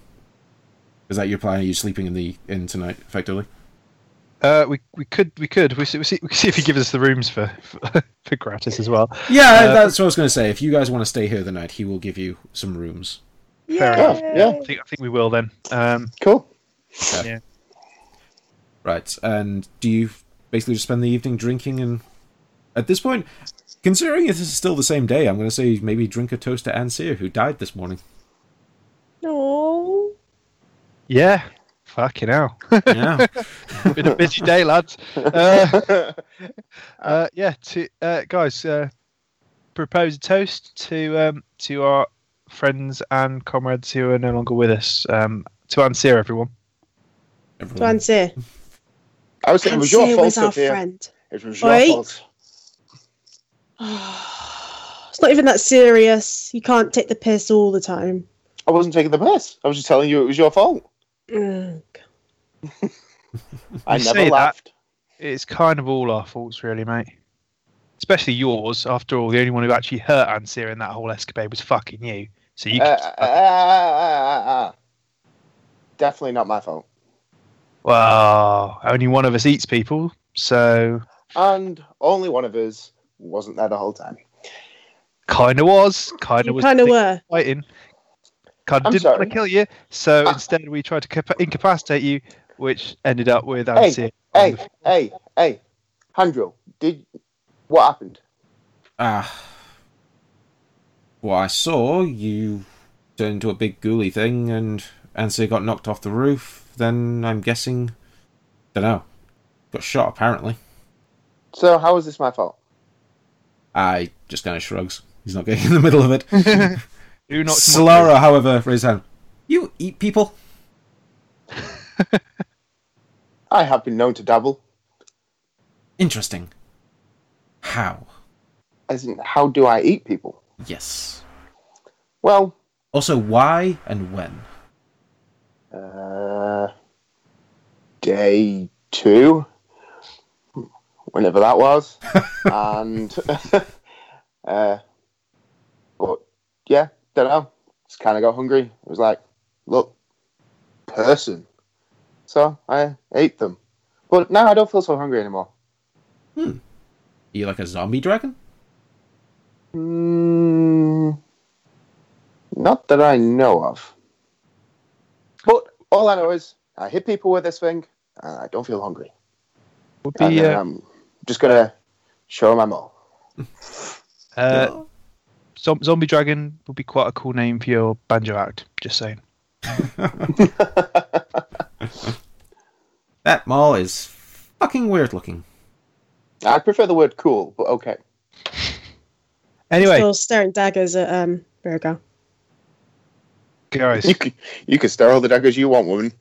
S1: Is that your plan? Are you sleeping in the inn tonight, effectively?
S2: Uh, we we could we could we see, we see, we see if he gives us the rooms for for, for gratis as well.
S1: Yeah,
S2: Uh,
S1: that's what I was going to say. If you guys want to stay here the night, he will give you some rooms.
S2: Fair
S4: enough, yeah.
S2: I think I think we will then. Um,
S4: Cool.
S1: Right. And do you basically just spend the evening drinking and at this point, considering it is still the same day, I'm going to say maybe drink a toast to Anne Sear, who died this morning.
S3: No.
S2: yeah, Fucking hell.
S1: Yeah.
S2: Been a busy day, lads. Uh, uh, yeah, to, uh, guys, uh, propose a toast to um, to our friends and comrades who are no longer with us. Um, to Ansir, everyone.
S3: To
S1: Everyone.
S3: answer,
S4: I was saying Hmm. it was your
S3: Anseer
S4: fault,
S3: was our
S4: Sophia.
S3: friend.
S4: It was your
S3: Oi.
S4: fault.
S3: it's not even that serious. You can't take the piss all the time.
S4: I wasn't taking the piss. I was just telling you it was your fault.
S3: Mm.
S4: I
S2: You
S4: never
S2: say that.
S4: laughed.
S2: It's kind of all our faults, really, mate. Especially yours. After all, the only one who actually hurt Ansir in that whole escapade was fucking you. So you.
S4: Uh,
S2: can
S4: uh, uh, uh, uh, uh. Definitely not my fault.
S2: well, only one of us eats people, so
S4: And only one of us wasn't there the whole time.
S2: kind of was. Kind of
S3: You
S2: was.
S3: kind of
S2: the-
S3: were.
S2: fighting. Kind
S4: I'm
S2: of didn't
S4: sorry.
S2: want to kill you, so
S4: Ah.
S2: instead we tried to cap- incapacitate you, which ended up with
S4: Hey,
S2: Ansir. on
S4: Hey,
S2: the-
S4: hey, hey, Andrew, did what happened?
S1: Ah. Well, I saw you turn into a big ghouly thing, and Ansir got knocked off the roof. Then I'm guessing, don't know, got shot apparently.
S4: So how is this my fault?
S1: I just kind of shrugs. He's not getting in the middle of it.
S2: Who knocked him off
S1: Solara, however, raised hand. You eat people?
S4: I have been known to dabble.
S1: Interesting. How?
S4: As in, how do I eat people?
S1: Yes.
S4: Well,
S1: Also, why and when?
S4: uh, day two, whenever that was, and uh, but yeah, don't know. Just kind of got hungry. It was like, look, person. So I ate them, but now I don't feel so hungry anymore.
S1: Are you like a zombie dragon?
S4: Mm, not that I know of. But all I know is I hit people with this thing and I don't feel hungry.
S2: the- Would
S4: And
S2: be
S4: then
S2: uh,
S4: I'm just going to show 'em I'm all.
S2: uh,
S1: No.
S2: zom- zombie dragon would be quite a cool name for your banjo act. Just saying.
S1: that mall is fucking weird looking.
S4: I prefer the word cool, but okay.
S2: Anyway,
S3: Still staring daggers at um Virgo.
S2: guys,
S4: You can, you can stare all the daggers you want, woman.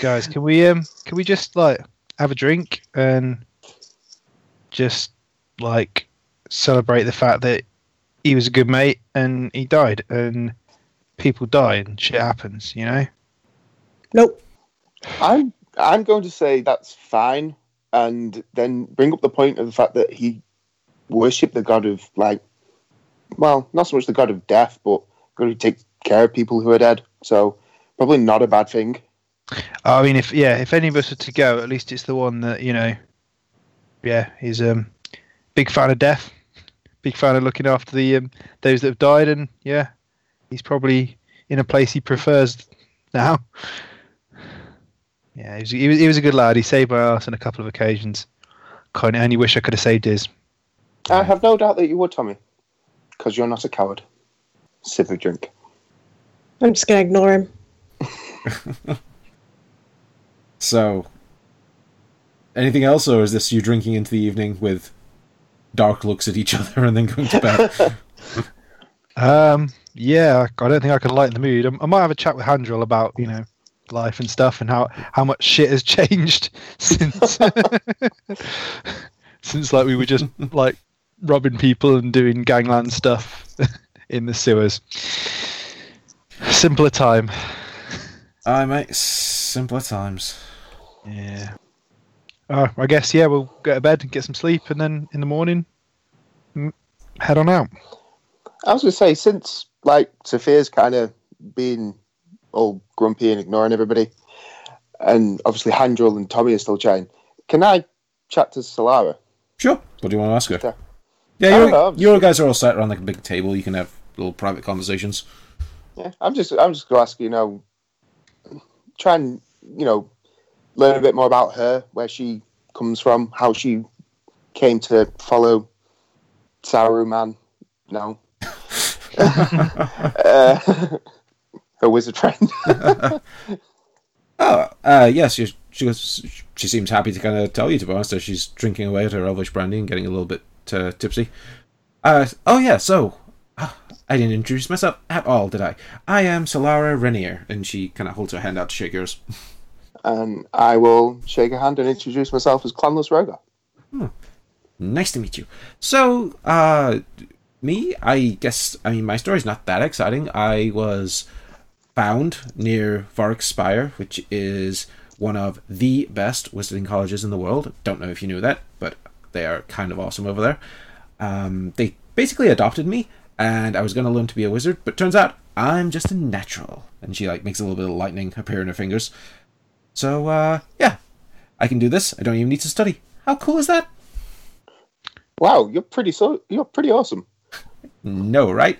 S2: guys, can we um, can we just like have a drink and just like celebrate the fact that he was a good mate and he died and people die and shit happens, you know?
S3: Nope.
S4: I'm, I'm going to say that's fine and then bring up the point of the fact that he worshipped the god of, like, well, not so much the god of death, but god who takes care of people who are dead. So probably not a bad thing.
S2: I mean, if yeah, if any of us are to go, at least it's the one that you know. Yeah, he's um big fan of death, big fan of looking after the um, those that have died, and yeah, he's probably in a place he prefers now. Yeah, he was he was, he was a good lad. He saved my ass on a couple of occasions. Kind of only wish I could have saved his.
S4: I have no doubt that you would, Tommy, because you're not a coward. Sip of drink.
S3: I'm just gonna ignore him.
S1: So, anything else, or is this you drinking into the evening with dark looks at each other and then going to bed?
S2: Um, yeah, I don't think I could lighten the mood. I, I might have a chat with Handrel about you know life and stuff and how how much shit has changed since since like we were just like robbing people and doing gangland stuff in the sewers. Simpler time.
S1: Aye, mate. Simpler times.
S2: Yeah. Uh, I guess yeah. We'll go to bed and get some sleep, and then in the morning, mm, head on out.
S4: I was going to say, since like Sophia's kind of been all grumpy and ignoring everybody, and obviously Handrel and Tommy are still chatting, can I chat to Solara?
S1: Sure. What do you want to ask her?
S4: Sure.
S1: Yeah,
S4: I
S1: you
S4: don't know, I'm
S1: you guys are all sat around like a big table. You can have little private conversations.
S4: Yeah, I'm just, I'm just going to ask you know, try and you know, learn a bit more about her, where she comes from, how she came to follow Saruman. No, uh, her wizard friend.
S1: Oh, uh, yes, she, she, was, she seems happy to kind of tell you, to be honest. as She's drinking away at her elvish brandy and getting a little bit uh, tipsy. Uh, oh, yeah, so. ah, I didn't introduce myself at all, did I? I am Solara Renier, and she kind of holds her hand out to shake yours.
S4: Um, I will shake a hand and introduce myself as Clanless Rogar.
S1: Nice to meet you. So, uh, me, I guess, I mean, my story's not that exciting. I was found near Varric Spire, which is one of the best wizarding colleges in the world. Don't know if you knew that, but they are kind of awesome over there. Um, they basically adopted me, and I was going to learn to be a wizard, but turns out I'm just a natural. And she, like, makes a little bit of lightning appear in her fingers. So, uh, yeah, I can do this. I don't even need to study. How cool is that?
S4: Wow, you're pretty so you're pretty awesome.
S1: no, right?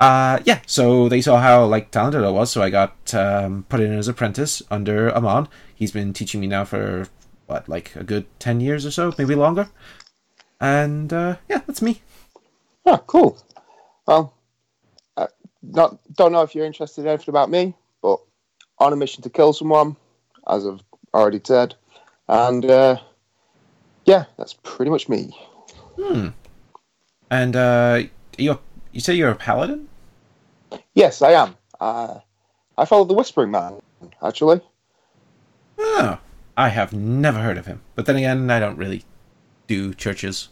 S1: uh, yeah, so they saw how like talented I was, so I got um, put in as apprentice under Amon. He's been teaching me now for what, like a good ten years or so, maybe longer. And uh, yeah, that's me.
S4: Yeah, cool. Well, uh, not don't know if you're interested in anything about me, but on a mission to kill someone, as I've already said, and uh, yeah, that's pretty much me.
S1: And uh, you you say you're a paladin?
S4: Yes, I am. Uh, I follow the Whispering Man, actually.
S1: Oh, I have never heard of him. But then again, I don't really do churches.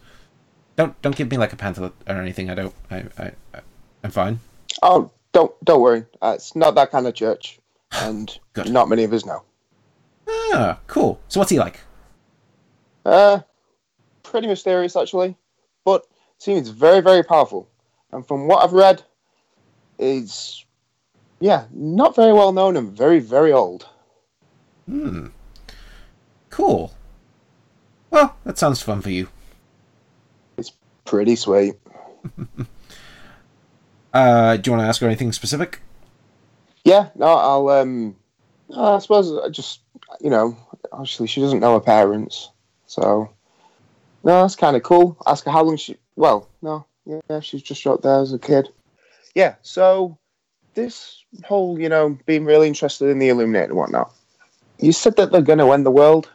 S1: Don't don't give me like a pamphlet or anything. I don't. I I I- I'm fine.
S4: Oh, don't don't worry, uh, it's not that kind of church, and
S1: Good.
S4: not many of us know.
S1: Ah, cool. So what's he like?
S4: Uh, pretty mysterious actually, but seems very very powerful. And from what I've read, is yeah, not very well known and very very old.
S1: Hmm. Cool. Well, that sounds fun for you.
S4: Pretty sweet.
S1: Uh, do you want to ask her anything specific?
S4: Yeah, no, I'll um, I suppose I just you know, obviously she doesn't know her parents, so no, that's kind of cool. Ask her how long she. Well, no, yeah, she's just out there as a kid. Yeah, so this whole you know being really interested in the Illuminate and whatnot. You said that they're going to end the world.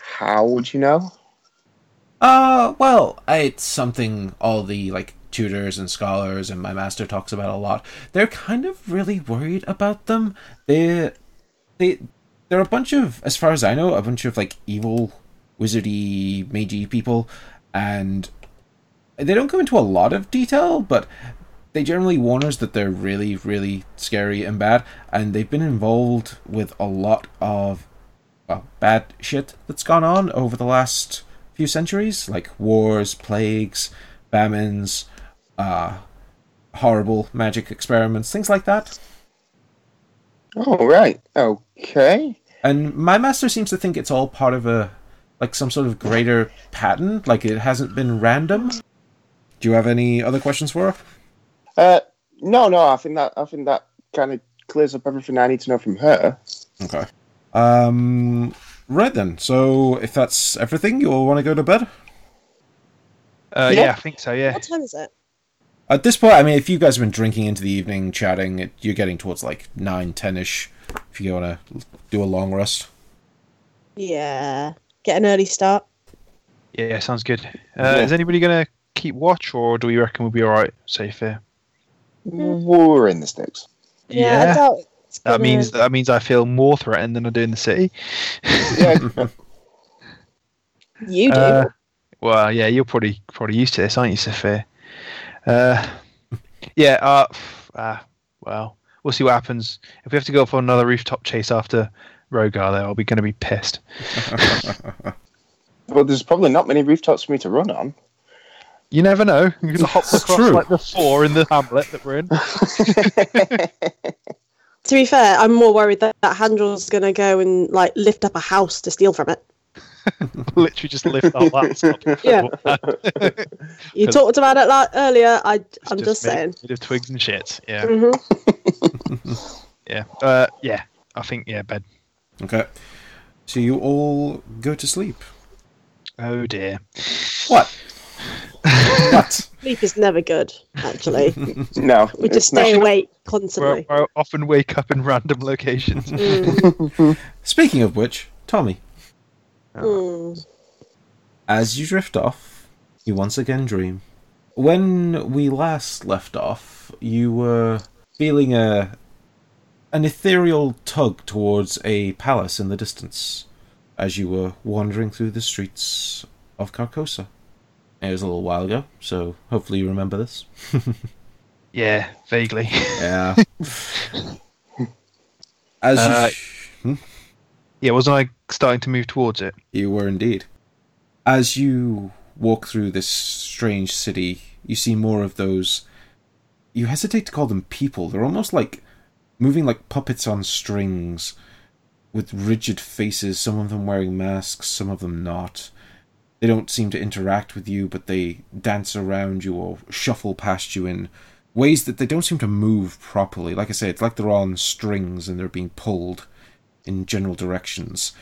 S4: How would you know?
S1: Uh, well, it's something all the like tutors and scholars and my master talks about a lot. They're kind of really worried about them. They, they, they're a bunch of, as far as I know, a bunch of like evil, wizardy, magey people, and they don't go into a lot of detail, but they generally warn us that they're really, really scary and bad, and they've been involved with a lot of well, bad shit that's gone on over the last few centuries, like wars, plagues, famines, uh, horrible magic experiments, things like that.
S4: Oh right, okay.
S1: And my master seems to think it's all part of a like some sort of greater pattern, like it hasn't been random. Do you have any other questions for her?
S4: Uh, no, no, I think that I think that kind of clears up everything I need to know from her.
S1: Okay. Um, right then. So if that's everything, you'll want to go to bed.
S2: Uh,
S4: Yeah.
S2: yeah, I think so. Yeah.
S3: What time is it?
S1: At this point, I mean, if you guys have been drinking into the evening, chatting, it, you're getting towards like nine, ten ish. If you want to do a long rest.
S3: Yeah, get an early start.
S2: Yeah, yeah, sounds good. Uh,
S4: Yeah.
S2: Is anybody going to keep watch, or do we reckon we'll be all right, safe here?
S4: Mm-hmm. We're in the sticks.
S3: Yeah, I doubt it's
S2: That
S3: gonna-
S2: means that means I feel more threatened than I do in the city.
S4: Yeah,
S3: you do.
S2: Uh, well, yeah, you're probably probably used to this, aren't you, Sophia? Uh, yeah. Uh, f- uh, well, we'll see what happens. If we have to go for another rooftop chase after Rogar, though, I'll be going to be pissed.
S4: Well, there's probably not many rooftops for me to run on.
S2: You never know. You can hop across
S1: true.
S2: like the four in the hamlet that we're in.
S3: to be fair, I'm more worried that that handle's gonna go and like lift up a house to steal from it.
S2: Literally just lift our laptop.
S3: Yeah. You
S2: Cause-
S3: talked about it like earlier. I, I'm just,
S2: made-
S3: saying.
S2: made of twigs and shit. Yeah.
S3: hmm
S2: Yeah. Uh, yeah. I think yeah. Bed.
S1: Okay. So you all go to sleep.
S2: Oh dear.
S1: What? what?
S3: Sleep is never good, actually.
S4: No,
S3: We just
S4: it's not.
S3: stay awake
S2: Where,
S3: constantly.
S2: where I often wake up in random locations.
S3: Mm,
S1: Speaking of which, Tommy,
S3: mm.
S1: as you drift off, you once again dream. When we last left off, you were feeling a an ethereal tug towards a palace in the distance as you were wandering through the streets of Carcosa. It was a little while ago, so hopefully you remember this.
S2: Yeah, vaguely.
S1: Yeah. as you-
S2: Uh,
S1: Hmm?
S2: Yeah, wasn't I starting to move towards it?
S1: You were indeed. As you walk through this strange city, you see more of those. You hesitate to call them people. They're almost like moving like puppets on strings, with rigid faces, some of them wearing masks, some of them not. They don't seem to interact with you, but they dance around you or shuffle past you in ways that they don't seem to move properly. Like I say, it's like they're on strings and they're being pulled in general directions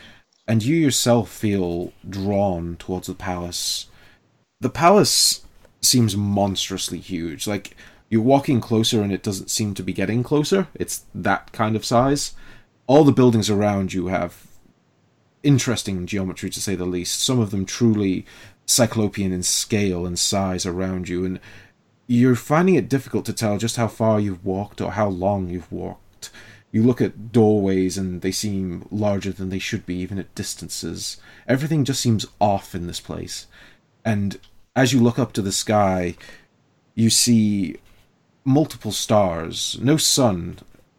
S1: and you yourself feel drawn towards the palace. The palace seems monstrously huge. Like you're walking closer and it doesn't seem to be getting closer. It's that kind of size. All the buildings around you have interesting geometry to say the least. Some of them truly cyclopean in scale and size around you and you're finding it difficult to tell just how far you've walked or how long you've walked. You look at doorways and they seem larger than they should be, even at distances. Everything just seems off in this place. And as you look up to the sky, you see multiple stars, no sun,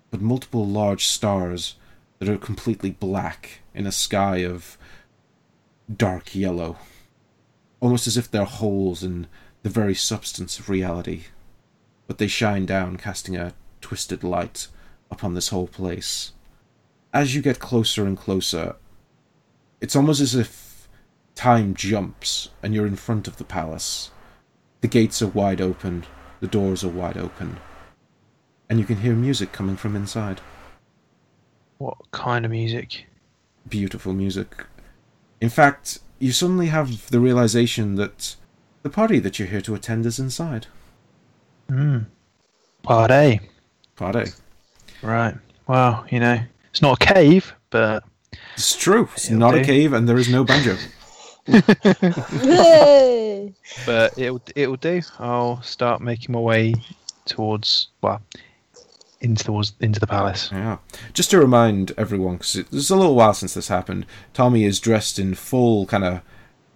S1: but multiple large stars that are completely black in a sky of dark yellow almost as if they're holes in the very substance of reality. But they shine down, casting a twisted light upon this whole place. As you get closer and closer, it's almost as if time jumps and you're in front of the palace. The gates are wide open, the doors are wide open, and you can hear music coming from inside.
S2: What kind of music?
S1: beautiful music. In fact, you suddenly have the realization that the party that you're here to attend is inside.
S2: Hmm. Part A.
S1: Party.
S2: Right. Well, you know, it's not a cave, but
S1: It's true. It's
S2: It'll
S1: not a
S2: do.
S1: cave and there is no banjo.
S3: Yay.
S2: but it'll it'll do. I'll start making my way towards well into the into the palace.
S1: yeah. Just to remind everyone, because it's a little while since this happened, Tommy is dressed in full kind of,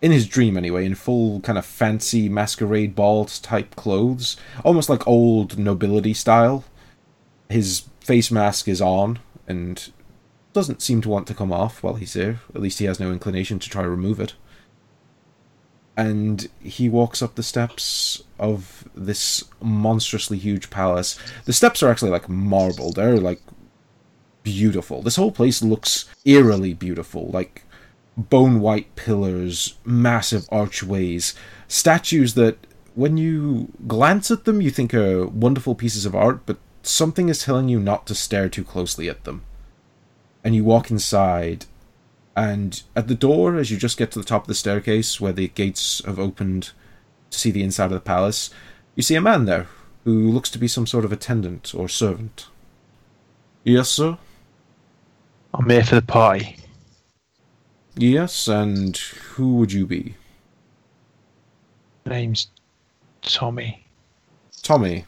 S1: in his dream anyway, in full kind of fancy masquerade ball type clothes, almost like old nobility style. His face mask is on and doesn't seem to want to come off while he's here. At least he has no inclination to try remove it. And he walks up the steps of this monstrously huge palace. The steps are actually like marble. They're like beautiful. This whole place looks eerily beautiful, like bone white pillars, massive archways, statues that when you glance at them you think are wonderful pieces of art, but something is telling you not to stare too closely at them. And you walk inside and at the door as you just get to the top of the staircase where the gates have opened to see the inside of the palace, you see a man there who looks to be some sort of attendant or servant. Yes, sir.
S2: I'm here for the party.
S1: Yes, and who would you be?
S2: Name's Tommy.
S1: Tommy.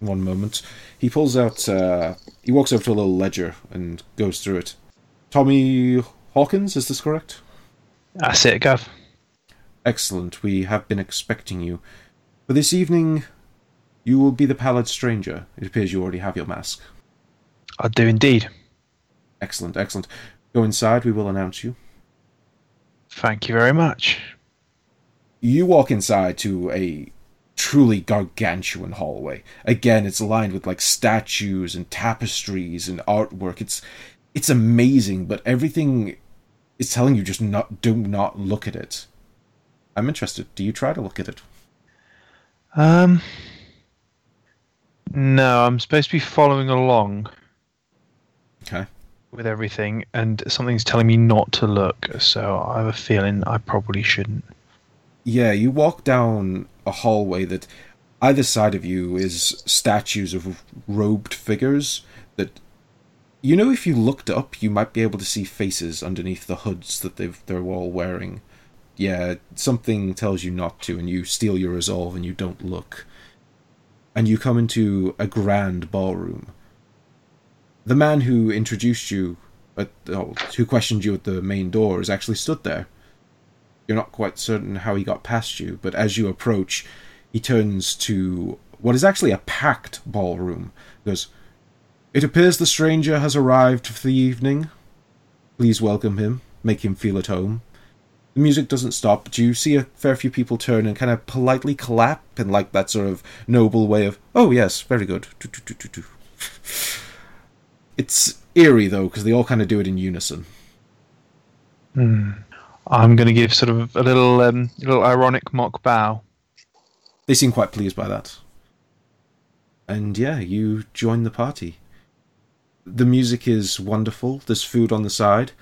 S1: One moment. He pulls out. Uh, he walks over to a little ledger and goes through it. Tommy Hawkins, is this correct?
S2: That's it, Gav.
S1: Excellent. We have been expecting you. For this evening, you will be the pallid stranger. It appears you already have your mask.
S2: I do indeed.
S1: Excellent, excellent. Go inside. We will announce you.
S2: Thank you very much.
S1: you walk inside to a truly gargantuan hallway again it's lined with like statues and tapestries and artwork it's it's amazing but everything is telling you just not do not look at it i'm interested do you try to look at it
S2: Um. No, I'm supposed to be following along.
S1: okay
S2: with everything, and something's telling me not to look. So I have a feeling I probably shouldn't.
S1: yeah you walk down a hallway that either side of you is statues of robed figures that you know if you looked up you might be able to see faces underneath the hoods that they've they're all wearing yeah something tells you not to and you steal your resolve and you don't look and you come into a grand ballroom the man who introduced you at oh, who questioned you at the main door is actually stood there you're not quite certain how he got past you but as you approach he turns to what is actually a packed ballroom. He goes, It appears the stranger has arrived for the evening. Please welcome him, make him feel at home. The music doesn't stop, but you see a fair few people turn and kind of politely clap in like that sort of noble way of, Oh, yes, very good. It's eerie though, because they all kind of do it in unison.
S2: I'm going to give sort of a little, um, little ironic mock bow.
S1: they seem quite pleased by that. And yeah, you join the party. The music is wonderful, there's food on the side,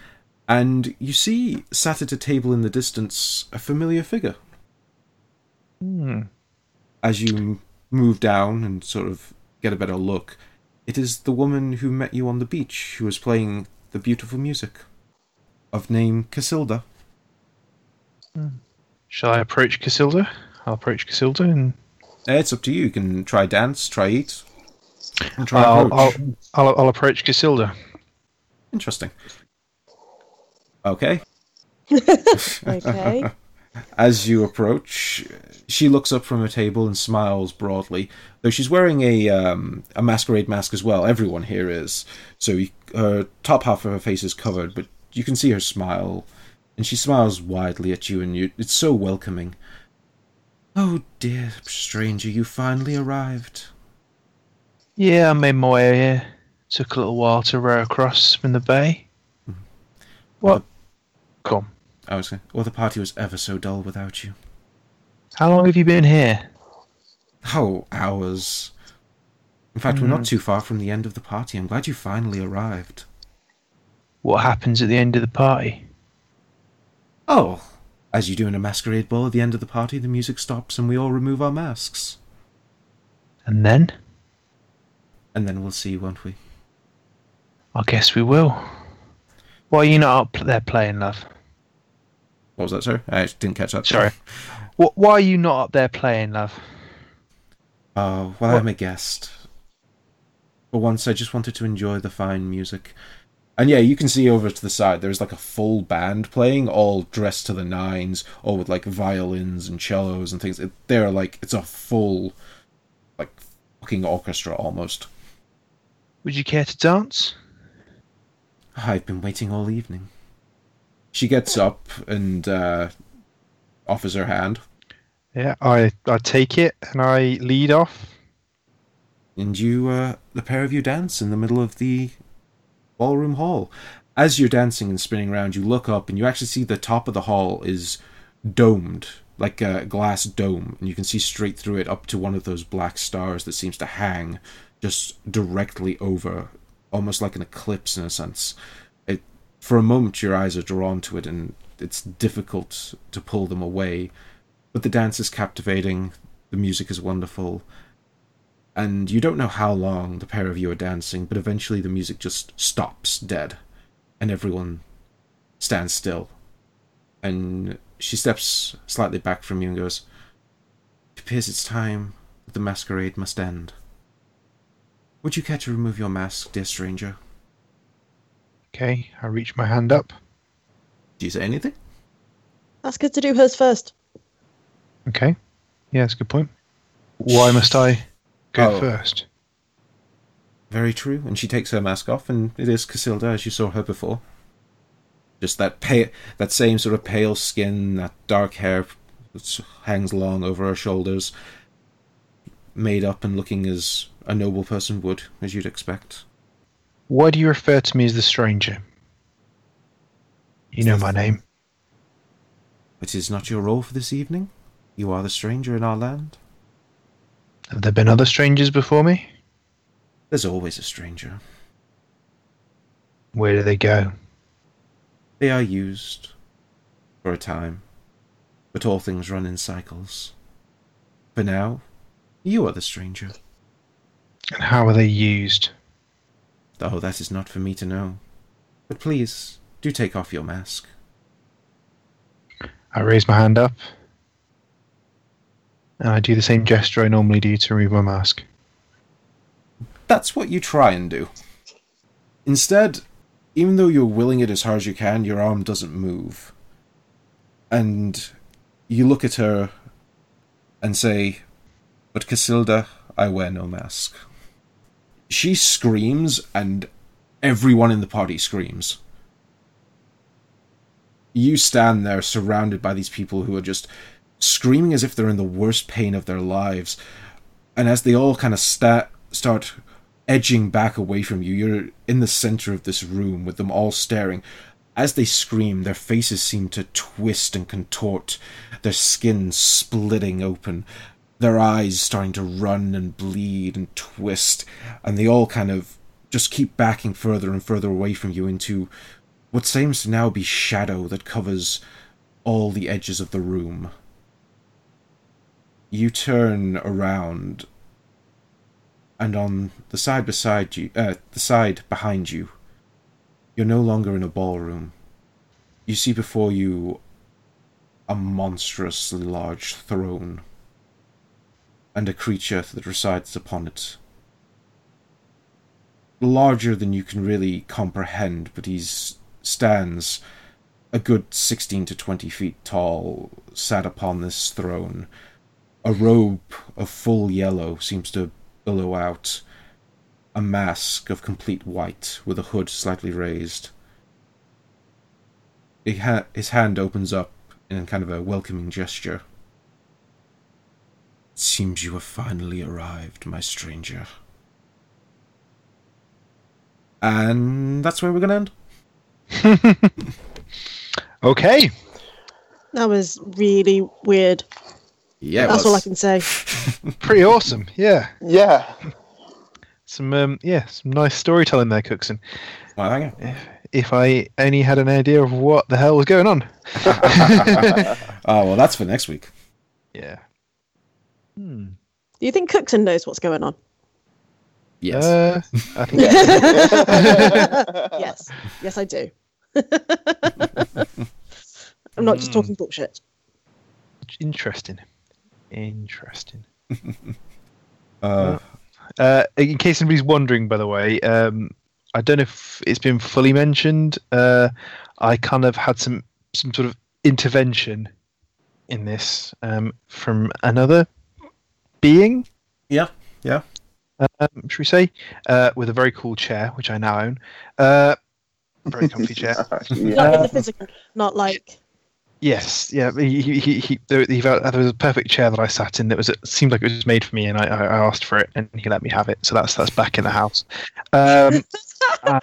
S1: and you see, sat at a table in the distance, a familiar figure.
S2: Hmm,
S1: As you m- move down and sort of get a better look, it is the woman who met you on the beach who was playing the beautiful music. Of name Casilda.
S2: Shall I approach Casilda? I'll approach Casilda and
S1: Eh, It's up to you. You can try dance, try eat, and try
S2: I'll,
S1: approach.
S2: Uh, I'll, I'll, I'll approach Casilda.
S1: Interesting. Okay.
S3: Okay.
S1: As you approach, she looks up from her table and smiles broadly. Though she's wearing a um, a masquerade mask as well. Everyone here is. So you, her top half of her face is covered, but you can see her smile, and she smiles widely at you, and you, it's so welcoming. Oh dear stranger, you finally arrived.
S2: Yeah, I made my way here. Took a little while to row across from the bay. What? Come.
S1: I was. gonna- Well, the party was ever so dull without you.
S2: How long have you been here?
S1: Oh, hours. In fact, we're not too far from the end of the party. I'm glad you finally arrived.
S2: What happens at the end of the party?
S1: Oh, as you do in a masquerade ball, at the end of the party, the music stops and we all remove our masks.
S2: And then?
S1: And then we'll see, won't we?
S2: I guess we will. Why are you not up there playing, love?
S1: What was that, sir? I didn't catch that.
S2: Sorry. Wh- Why are you not up there playing, love?
S1: Oh, well, I'm a guest. For once, I just wanted to enjoy the fine music. And yeah, you can see over to the side, there's like a full band playing, all dressed to the nines, all with like violins and cellos and things. It, they're like, it's a full, like, fucking orchestra almost.
S2: Would you care to dance?
S1: I've been waiting all evening. She gets up and uh, offers her hand,
S2: Yeah, I, I take it and I lead off.
S1: and you, uh, the pair of you, dance in the middle of the ballroom hall. As you're dancing and spinning around, you look up and you actually see the top of the hall is domed, like a glass dome, and you can see straight through it up to one of those black stars that seems to hang just directly over, almost like an eclipse in a sense. It, for a moment, your eyes are drawn to it, and it's difficult to pull them away. But the dance is captivating, the music is wonderful, and you don't know how long the pair of you are dancing, but eventually the music just stops dead, and everyone stands still. And she steps slightly back from you and goes, It appears it's time that the masquerade must end. Would you care to remove your mask, dear stranger?
S2: Okay, I reach my hand up.
S1: Do you say anything?
S3: That's good to do hers first.
S2: Okay. Yeah, that's a good point. Why must I go
S1: Oh.
S2: first?
S1: Very true. And she takes her mask off, and it is Casilda as you saw her before. Just that pale, that same sort of pale skin, that dark hair that s- hangs long over her shoulders, made up and looking as a noble person would, as you'd expect.
S2: Why do you refer to me as the stranger? You know my name.
S1: It is not your role for this evening. You are the stranger in our land.
S2: Have there been other strangers before me?
S1: There's always a stranger.
S2: Where do they go?
S1: They are used for a time, but all things run in cycles. For now, you are the stranger.
S2: And how are they used?
S1: Oh, that is not for me to know. But please, do take off your mask.
S2: I raise my hand up. And I do the same gesture I normally do to remove my mask.
S1: That's what you try and do. Instead, even though you're willing it as hard as you can, your arm doesn't move. And you look at her and say, But Casilda, I wear no mask. She screams, and everyone in the party screams. You stand there surrounded by these people who are just screaming as if they're in the worst pain of their lives. And as they all kind of sta- start edging back away from you, you're in the center of this room with them all staring. As they scream, their faces seem to twist and contort, their skin splitting open, their eyes starting to run and bleed and twist, and they all kind of just keep backing further and further away from you into what seems to now be shadow that covers all the edges of the room you turn around and on the side beside you uh, the side behind you you're no longer in a ballroom you see before you a monstrously large throne and a creature that resides upon it larger than you can really comprehend but he stands a good 16 to 20 feet tall sat upon this throne a robe of full yellow seems to billow out. A mask of complete white with a hood slightly raised. He ha- his hand opens up in kind of a welcoming gesture. It seems you have finally arrived, my stranger. And that's where we're going to end.
S2: Okay.
S3: That was really weird.
S1: Yeah,
S3: That's all I can say.
S2: Pretty awesome. Yeah.
S4: Yeah.
S2: Some um, yeah, some nice storytelling there, Cookson.
S1: Well, hang on.
S2: If I only had an idea of what the hell was going on.
S1: Oh, well, that's for next week.
S2: Yeah. Hmm.
S3: Do you think Cookson knows what's going on?
S1: Yes.
S2: Uh, I think
S3: yes. Yes, I do. I'm not just talking bullshit.
S2: interesting. Interesting.
S1: Uh,
S2: Uh, in case anybody's wondering, by the way, um, I don't know if it's been fully mentioned. Uh, I kind of had some some sort of intervention in this um, from another being,
S1: yeah. Yeah.
S2: um, should we say, uh, with a very cool chair which I now own. Uh, very comfy chair.
S4: yeah.
S3: Not in
S2: Uh,
S3: the physical, not like.
S2: Yes, yeah. He, he, he, he, there, he felt- there was a perfect chair that I sat in that was it seemed like it was made for me, and I, I I asked for it, and he let me have it. So that's that's back in the house. Um, uh,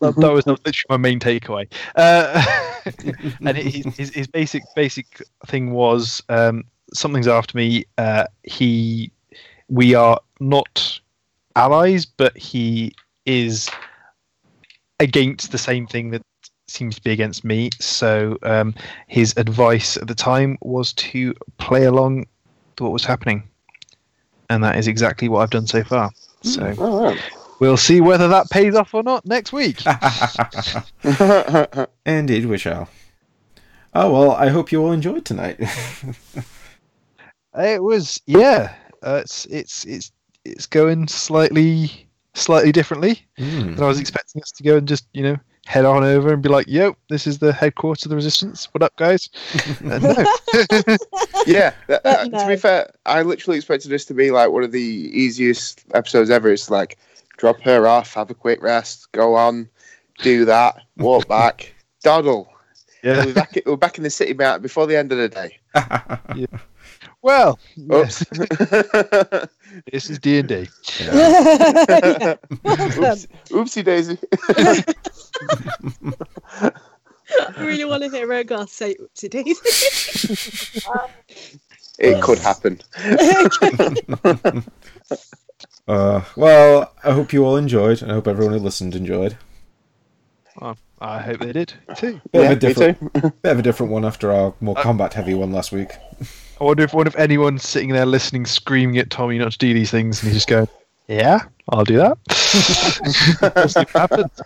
S2: that, that was literally my main takeaway. Uh, and his, his, his basic basic thing was um, something's after me. Uh, he we are not allies, but he is against the same thing that seems to be against me. So um, his advice at the time was to play along to what was happening. And that is exactly what I've done so far. So
S4: All
S2: we'll see whether that pays off or not next week.
S3: Uh,
S1: Ah. uh,
S4: right.
S1: Indeed, we shall. Oh, well, I hope you all enjoyed tonight.
S2: It was yeah. Uh, it's it's it's it's going slightly slightly differently
S4: Hmm.
S2: than I was expecting us to go and just you know head on over and be like, "Yo, this is the headquarters of the resistance. What up, guys?" Uh, no.
S4: yeah. that-
S3: But
S4: uh, To
S3: no.
S4: be fair, I literally expected this to be like one of the easiest episodes ever. It's like drop her off, have a quick rest, go on, do that, walk back, dawdle.
S2: Yeah.
S4: We're back. We're back in the city about before the end of the day.
S1: Uh,
S2: Well, yes,
S4: Oops.
S2: this is D and D.
S1: Yeah.
S3: Yeah. Welcome.
S4: Oops- Oopsie daisy.
S3: I really want to hear Rogar say oopsie daisy.
S4: It could happen.
S1: Uh, well, I hope you all enjoyed, and I hope everyone who listened enjoyed.
S2: I hope they did too.
S1: Bit, of a
S4: yeah, me
S1: different,
S4: too. Uh,
S1: bit of a different one after our more combat heavy one last week.
S2: I wonder if one if anyone's sitting there listening, screaming at Tommy not to do these things, and he's just going, "Yeah, I'll do that." We'll see what happens.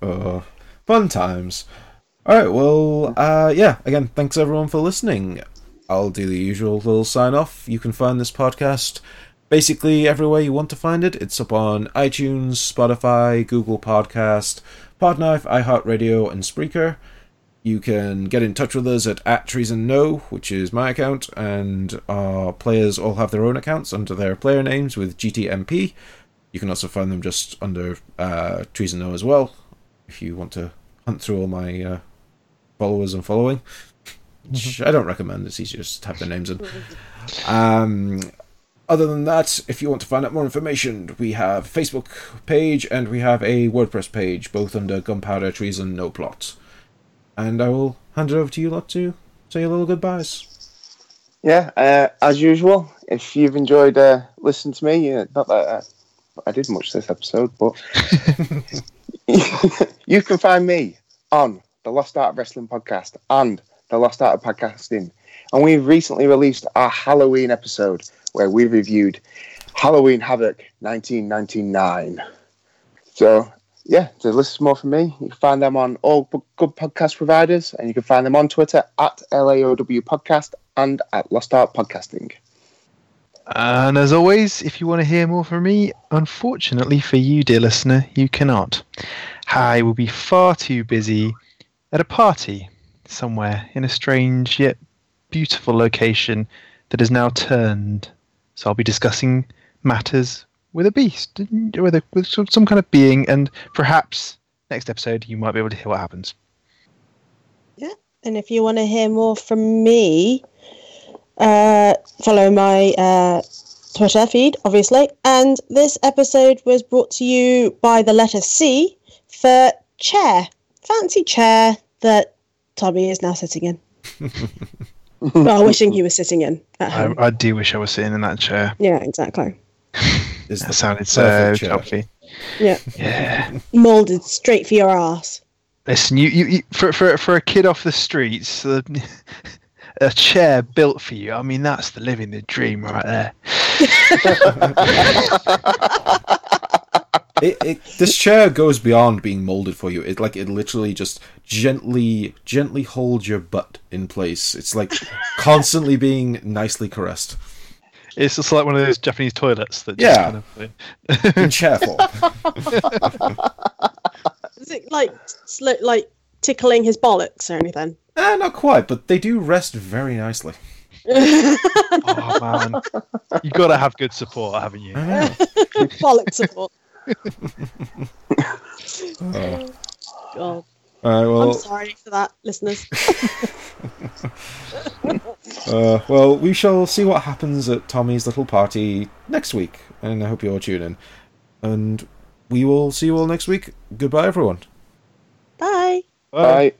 S1: Uh, fun times. All right. Well, uh, yeah. Again, thanks everyone for listening. I'll do the usual little sign off. You can find this podcast basically everywhere you want to find it. It's up on iTunes, Spotify, Google Podcast, Podknife, iHeartRadio, and Spreaker. You can get in touch with us at, at Treason No, which is my account, and our players all have their own accounts under their player names with GTMP. You can also find them just under uh, Treason No as well, if you want to hunt through all my uh, followers and following. Which I don't recommend. It's easier just to type their names in. Um, other than that, if you want to find out more information, we have a Facebook page and we have a WordPress page, both under Gunpowder Treason No Plot. And I will hand it over to you lot to say your little goodbyes.
S4: Yeah, uh, as usual, if you've enjoyed uh, listening to me, yeah, not that uh, I did much this episode, but you can find me on the Lost Art of Wrestling podcast and the Lost Art of Podcasting. And we've recently released our Halloween episode where we reviewed Halloween Havoc 1999. So, yeah, to listen to more from me, you can find them on all p- good podcast providers and you can find them on Twitter at LAOW Podcast and at Lost Art Podcasting.
S2: And as always, if you want to hear more from me, unfortunately for you, dear listener, you cannot. I will be far too busy at a party somewhere in a strange yet beautiful location that is now turned. So I'll be discussing matters with a beast, with, a, with some some kind of being, and perhaps next episode you might be able to hear what happens.
S3: And if you want to hear more from me, uh, follow my uh, Twitter feed, obviously. And this episode was brought to you by the letter C for chair, fancy chair that Tommy is now sitting in. well, wishing he was sitting in at
S2: I,
S3: home.
S2: I do wish I was sitting in that chair.
S3: yeah, exactly.
S1: Is
S2: That
S1: the
S2: sounded so
S1: perfect chair.
S2: comfy.
S3: Yeah,
S2: Yeah.
S3: molded straight for your ass.
S2: Listen, you, you, you for, for for a kid off the streets, the, a chair built for you. I mean, that's the living the dream right there.
S1: it, it, this chair goes beyond being molded for you. It like it literally just gently, gently holds your butt in place. It's like constantly being nicely caressed
S2: It's just like one of those Japanese toilets that.
S1: just
S2: Just
S1: Yeah.
S2: Kind
S1: in chair form.
S3: Is it like sli- like tickling his bollocks or anything?
S1: Eh, not quite, but they do rest very nicely.
S2: of, oh man, you got to have good support, haven't you?
S3: Bollock support.
S1: Oh.
S3: God.
S1: Alright,
S3: I'm
S1: well,
S3: sorry for that, listeners.
S1: uh, well, we shall see what happens at Tommy's little party next week, and I hope you all tune in. And we will see you all next week. Goodbye, everyone.
S3: Bye.
S4: Bye.